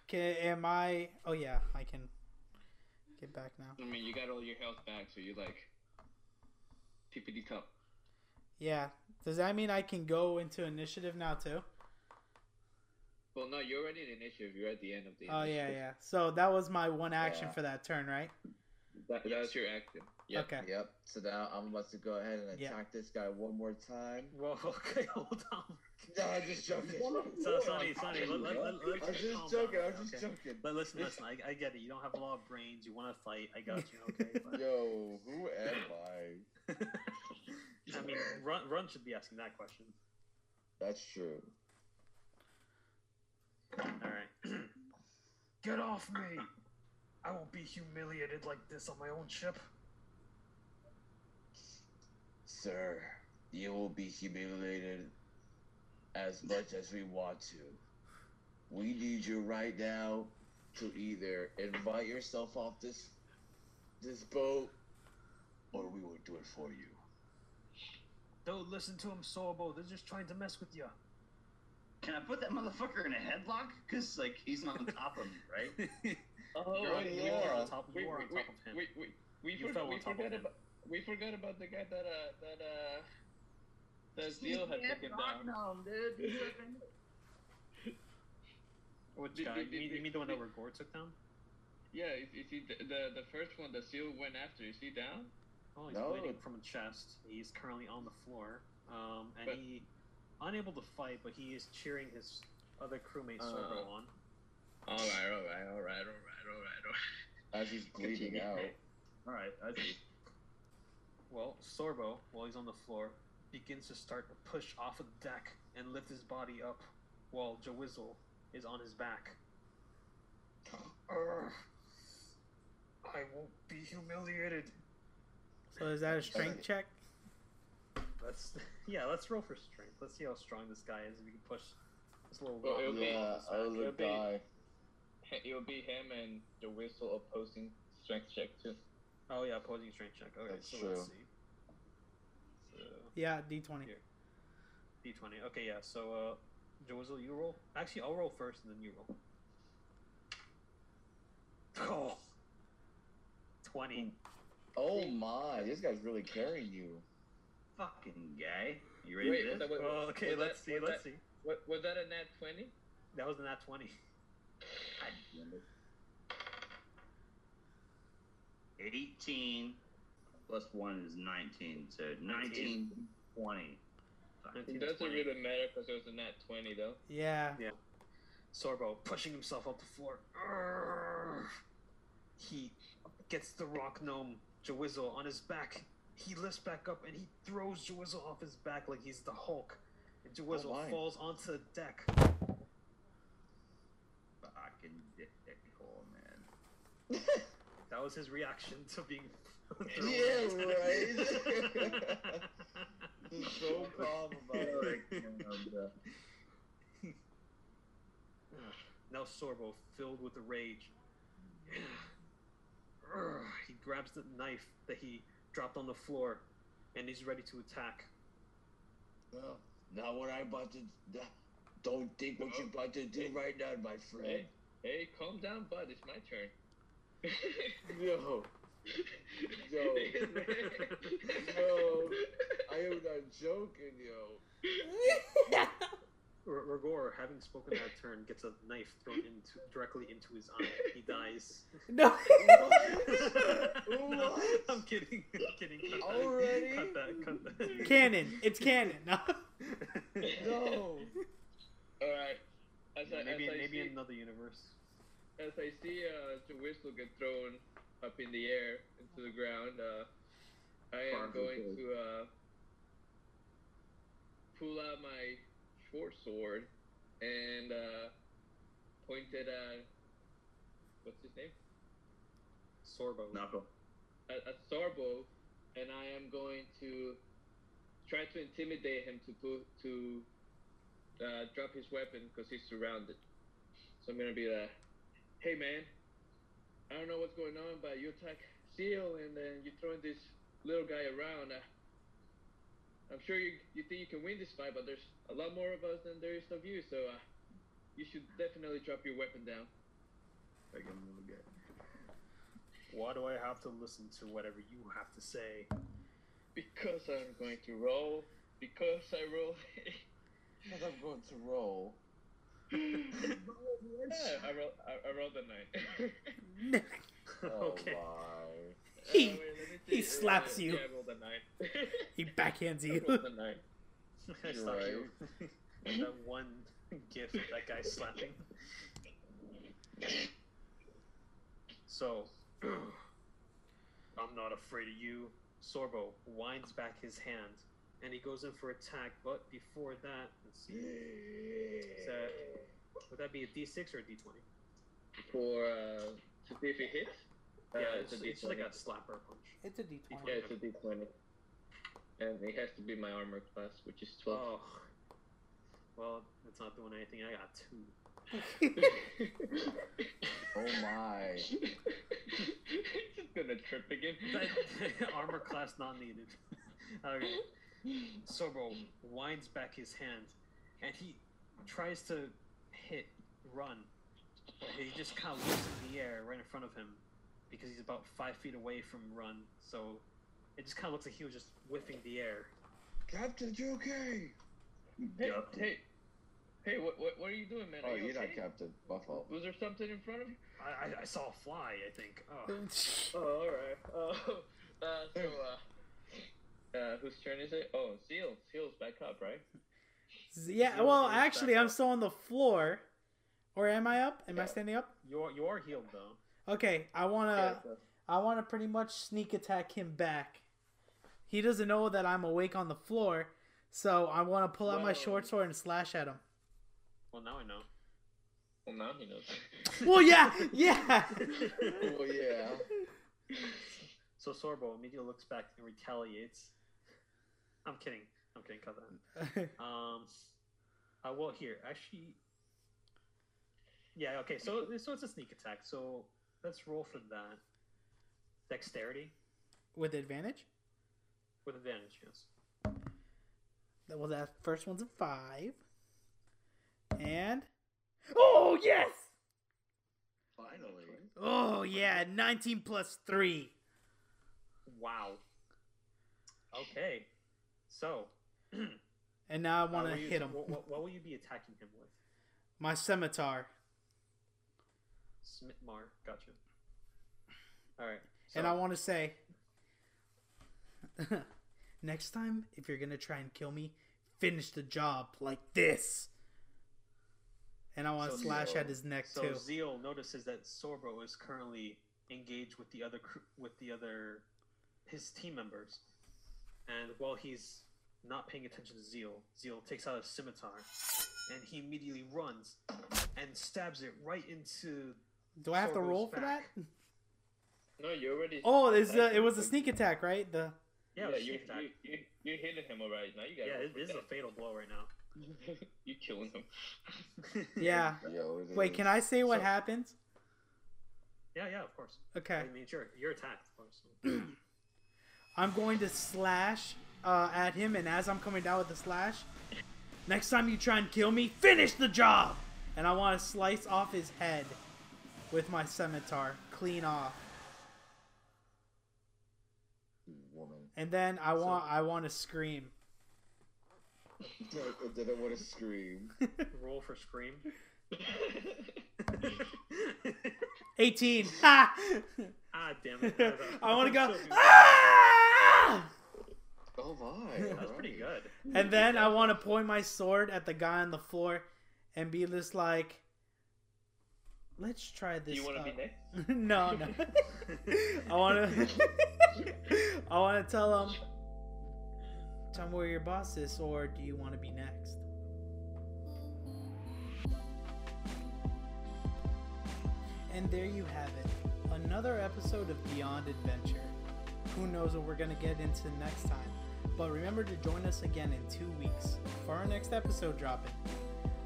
A: okay, am I? Oh yeah, I can get back now.
B: I mean, you got all your health back, so you're like PPD cup.
A: Yeah. Does that mean I can go into initiative now too?
B: Well, no, you're already in initiative. You're at the end of the.
A: Oh yeah,
B: initiative.
A: yeah. So that was my one action
C: Yeah.
A: for that turn, right?
B: That,
F: Yes.
B: That's your action. Yeah.
A: Okay.
C: yep. So now I'm about to go ahead and
A: Yeah.
C: attack this guy one more time.
E: Whoa, okay, hold on.
C: No, I'm just joking.
E: So, Sonny, Sonny, let, let, let, let,
C: I'm
E: calm
C: just joking.
E: down,
C: I'm just
E: okay?
C: joking.
E: But listen, listen, I, I get it. You don't have a lot of brains. You want to fight. I got you, okay? But,
C: Yo, who am I?
E: I mean, Run, Run should be asking that question.
C: That's true.
E: All right. Get off me! I will be humiliated like this on my own ship.
C: Sir, you will be humiliated as much as we want to. We need you right now to either invite yourself off this this boat or we will do it for you.
E: Don't listen to him, Sorbo. They're just trying to mess with you.
F: Can I put that motherfucker in a headlock? Cause like he's on top of me, right?
B: Oh,
E: You're on,
B: wait,
C: yeah.
E: you are on
C: yeah.
E: top,
B: wait,
E: you are on
B: wait,
E: top of him.
B: wait, wait, We,
E: You
B: forgot,
E: fell
B: we
E: on top
B: forgot
E: of him.
B: about we forgot about the guy that uh that uh that Zeal had taken down.
F: dude.
E: Which
B: Did-
E: guy?
B: did- did-
E: You mean, you mean the one
B: did-
E: that where Gore took down?
B: Yeah, is, is he the, the the first one that Seal went after? Is he down?
E: Oh, he's
C: No.
E: bleeding from a chest. He's currently on the floor, um, and
B: But-
E: he unable to fight, but he is cheering his other crewmate Sorbo
B: Uh,
E: on.
B: All right, all right, all right, all right, all right, all right.
C: As he's bleeding
B: Continue,
C: out.
B: right?
F: All right, I see.
E: Well, Sorbo, while he's on the floor, begins to start to push off of the deck and lift his body up, while Jawizzle is on his back. Urgh. I won't be humiliated.
A: So is that a strength check?
E: Let's yeah, let's roll for strength. Let's see how strong this guy is. If we can push this little
B: Well,
E: rock
B: it'll be-
E: off
C: Yeah,
E: his
C: I
E: back.
C: was a
B: It'll be-
C: guy.
B: Hey, It'll be him and the whistle opposing strength check too.
E: Oh yeah, opposing strength check. Okay,
C: That's
E: so
C: true.
E: let's see. So
A: Yeah, D twenty.
E: Yeah. D twenty. Okay, yeah. So uh, Jozel, you roll. Actually, I'll roll first, and then you roll. Oh. 20.
C: Oh my, this guy's really carrying you.
F: Fucking guy. You ready for
B: was
F: this?
B: that-
E: Well, okay,
B: was
E: let's
B: that-
E: see.
B: was
E: Let's
B: that,
E: see.
B: Wa- Was that a nat twenty?
E: That was not twenty.
F: God damn it. 18 plus 1 is 19, so 19, 20.
B: It
E: 19,
B: doesn't
E: 20.
B: really matter because it was a nat twenty though.
A: Yeah.
E: Sorbo pushing himself up the floor. Urgh. He gets the rock gnome Jawizzle on his back. He lifts back up and he throws Jawizzle off his back like he's the Hulk. And Jawizzle
C: Oh my.
E: falls onto the deck.
F: Fucking dick hole, man.
E: That was his reaction to being. thrown.
C: Yeah, right. This is so calm about it.
E: now Sorbo, filled with rage, Urgh. he grabs the knife that he dropped on the floor, and he's ready to attack.
C: Well, not what I'm about to. Don't think what you're about to do right now, my friend.
B: Hey, hey, calm down, bud. It's my turn.
C: No, Yo. Yo. I am not joking, yo.
E: R- Rigor, having spoken that turn, gets a knife thrown into directly into his eye. He dies.
A: No.
C: What?
E: I'm kidding. I'm kidding. Cut that.
C: Already?
E: Cut that. Cut that.
A: canon. It's canon. No.
C: No.
B: All right. As I,
E: maybe
B: as I
E: maybe
B: see,
E: in another universe.
B: as I see uh, the whistle get thrown up in the air into the ground, uh, I am
F: Farm's
B: going
F: okay.
B: to uh, pull out my short sword and uh, point it at what's his name?
E: Sorbo.
F: Knuckle.
B: At, at Sorbo, and I am going to try to intimidate him to put, to uh, drop his weapon because he's surrounded. So I'm gonna be like, "Hey man, I don't know what's going on, but you attack Seal and then you're throwing this little guy around. Uh, I'm sure you you think you can win this fight, but there's a lot more of us than there is of you. So uh, you should definitely drop your weapon down."
D: Like a little guy.
E: Why do I have to listen to whatever you have to say?
B: Because I'm going to roll. Because I roll.
C: Because I'm going to roll.
B: yeah, I roll. I, I rolled a nine.
C: Oh
E: okay.
C: my.
B: Uh,
A: He,
B: wait, let me
A: he
B: see.
A: slaps
B: Yeah,
A: you.
B: Yeah, I rolled a nine.
A: he backhands
B: I
A: you.
B: rolled a nine.
E: It's
C: You're
E: not
C: right.
E: you. that one gif of that guy slapping. So, I'm not afraid of you. Sorbo winds back his hand and he goes in for attack, but before that, let's see. Is that, would that be a d6 or a d20?
B: For uh, to see if it hits.
E: yeah,
B: Uh,
E: it's,
B: a
E: it's like
B: D20.
E: a slapper punch.
A: It's a
B: Yeah,
A: D20.
B: it's a D20. And it has to be my armor class, which is 12.
E: Oh. Well, it's not doing anything. I got two.
C: Oh my.
B: Just gonna trip again.
E: That- Armor class not needed. okay. Sorbo winds back his hand and he tries to hit, run. But he just kind of looks in the air right in front of him because he's about five feet away from run. So it just kind of looks like he was just whiffing the air.
C: Captain Juki!
B: Hey,
F: Yup.
B: hey, hey, what, what, what are you doing, man?
C: Oh,
B: are you
C: you're not
B: okay?
C: Captain Buffalo.
B: Was there something in front of you?
E: I, I, I saw a fly, I think. Oh.
B: Oh, alright. Oh, uh, so, uh, uh, whose turn is it? Oh, Seal. Seal's back up, right?
A: yeah, well, actually, I'm still on the floor. Or am I up? Am I
B: Yeah.
A: standing up?
E: You're, you are healed, though.
A: Okay, I want to.
B: Yeah, so-
A: I want to pretty much sneak attack him back. He doesn't know that I'm awake on the floor, so I want to pull out my
B: Well-
A: short sword and slash at him.
E: Well, now I know.
B: well, now he knows.
A: Well, yeah, yeah.
C: Oh, yeah.
E: So Sorbo immediately looks back and retaliates. I'm kidding. I'm kidding. Cut that. Um, I will here actually. Yeah. Okay. So so it's a sneak attack. So let's roll for that. Dexterity
A: With advantage.
E: with advantage. Yes.
A: Well, that first one's a five, and oh yes,
C: Finally.
A: oh yeah, nineteen plus three.
E: Wow. Okay. So
A: And now I want
E: uh,
A: to
E: will you-
A: hit him.
E: What, what, what will you be attacking him with?
A: My scimitar,
E: Smitmar. Gotcha. All right.
A: and I
E: so-
A: want to say, next time if you're gonna try and kill me, finish the job like this. And I want to
E: So-
A: slash at his neck
E: So
A: too.
E: Zeal notices that Sorbo is currently engaged with the other cr- with the other his team members, and while he's not paying attention to Zeal, Zeal takes out a scimitar, and he immediately runs and stabs it right into.
A: Do I have to
E: Sorbo's
A: roll for that?
E: back.
B: No, you already.
A: Oh, it's the, it was a sneak attack, right? The
B: yeah
E: Yeah, it was
B: you,
E: sneak attack.
B: you, you, you hitting him already. Now you gotta.
E: yeah,
B: roll
E: it-
B: for
E: this is
B: that.
E: a fatal blow right now.
B: you killing him.
A: yeah.
C: Yo, it
A: Wait,
C: is.
A: can I say what
E: So-
A: happens?
E: Yeah, yeah, of course.
A: Okay,
E: I mean, sure, you're attacked, of course.
A: I'm going to slash uh, at him, and as I'm coming down with the slash, next time you try and kill me, finish the job. And I want to slice off his head with my scimitar, clean off.
C: Woman.
A: And then I want I want to scream.
C: I didn't want to scream.
E: Roll for scream.
A: 18. Ha!
E: ah, damn it!
A: I want to go.
E: Still do-
A: Ah!
C: Oh my.
E: That's pretty good.
A: And then I want to point my sword at the guy on the floor and be just like, let's try
B: Do
A: this.
B: you want to be
A: out."
B: next?
A: no, no. I want to. I want to tell him. Tell him where your boss is, or do you want to be next? And there you have it. Another episode of Beyond Adventure. Who knows what we're going to get into next time? But remember to join us again in two weeks for our next episode dropping.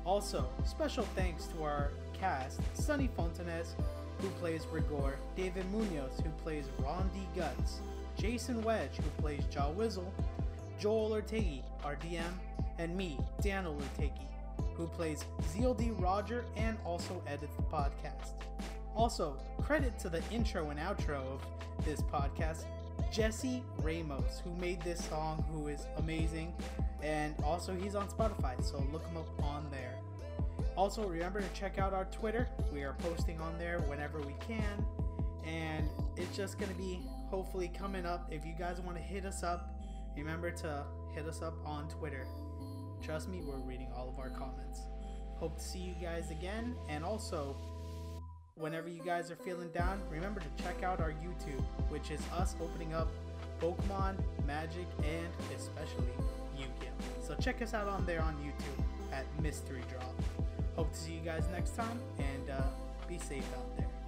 A: Also, special thanks to our cast, Sonny Fontanes, who plays Rigor, David Munoz, who plays Ron D. Guts, Jason Wedge, who plays Jaw Wizzle, Joel Ortegi, our DM, and me, Daniel Ortegi, who plays ZLD Roger and also edits the podcast. Also, credit to the intro and outro of this podcast, Jesse Ramos, who made this song, who is amazing. And also, he's on Spotify, so look him up on there. Also, remember to check out our Twitter. We are posting on there whenever we can. And it's just going to be hopefully coming up. If you guys want to hit us up, remember to hit us up on Twitter. Trust me, we're reading all of our comments. Hope to see you guys again. And also, whenever you guys are feeling down, remember to check out our YouTube, which is us opening up Pokemon, Magic, and especially Yu-Gi-Oh! So check us out on there on YouTube at Mystery Drop. Hope to see you guys next time, and uh, be safe out there.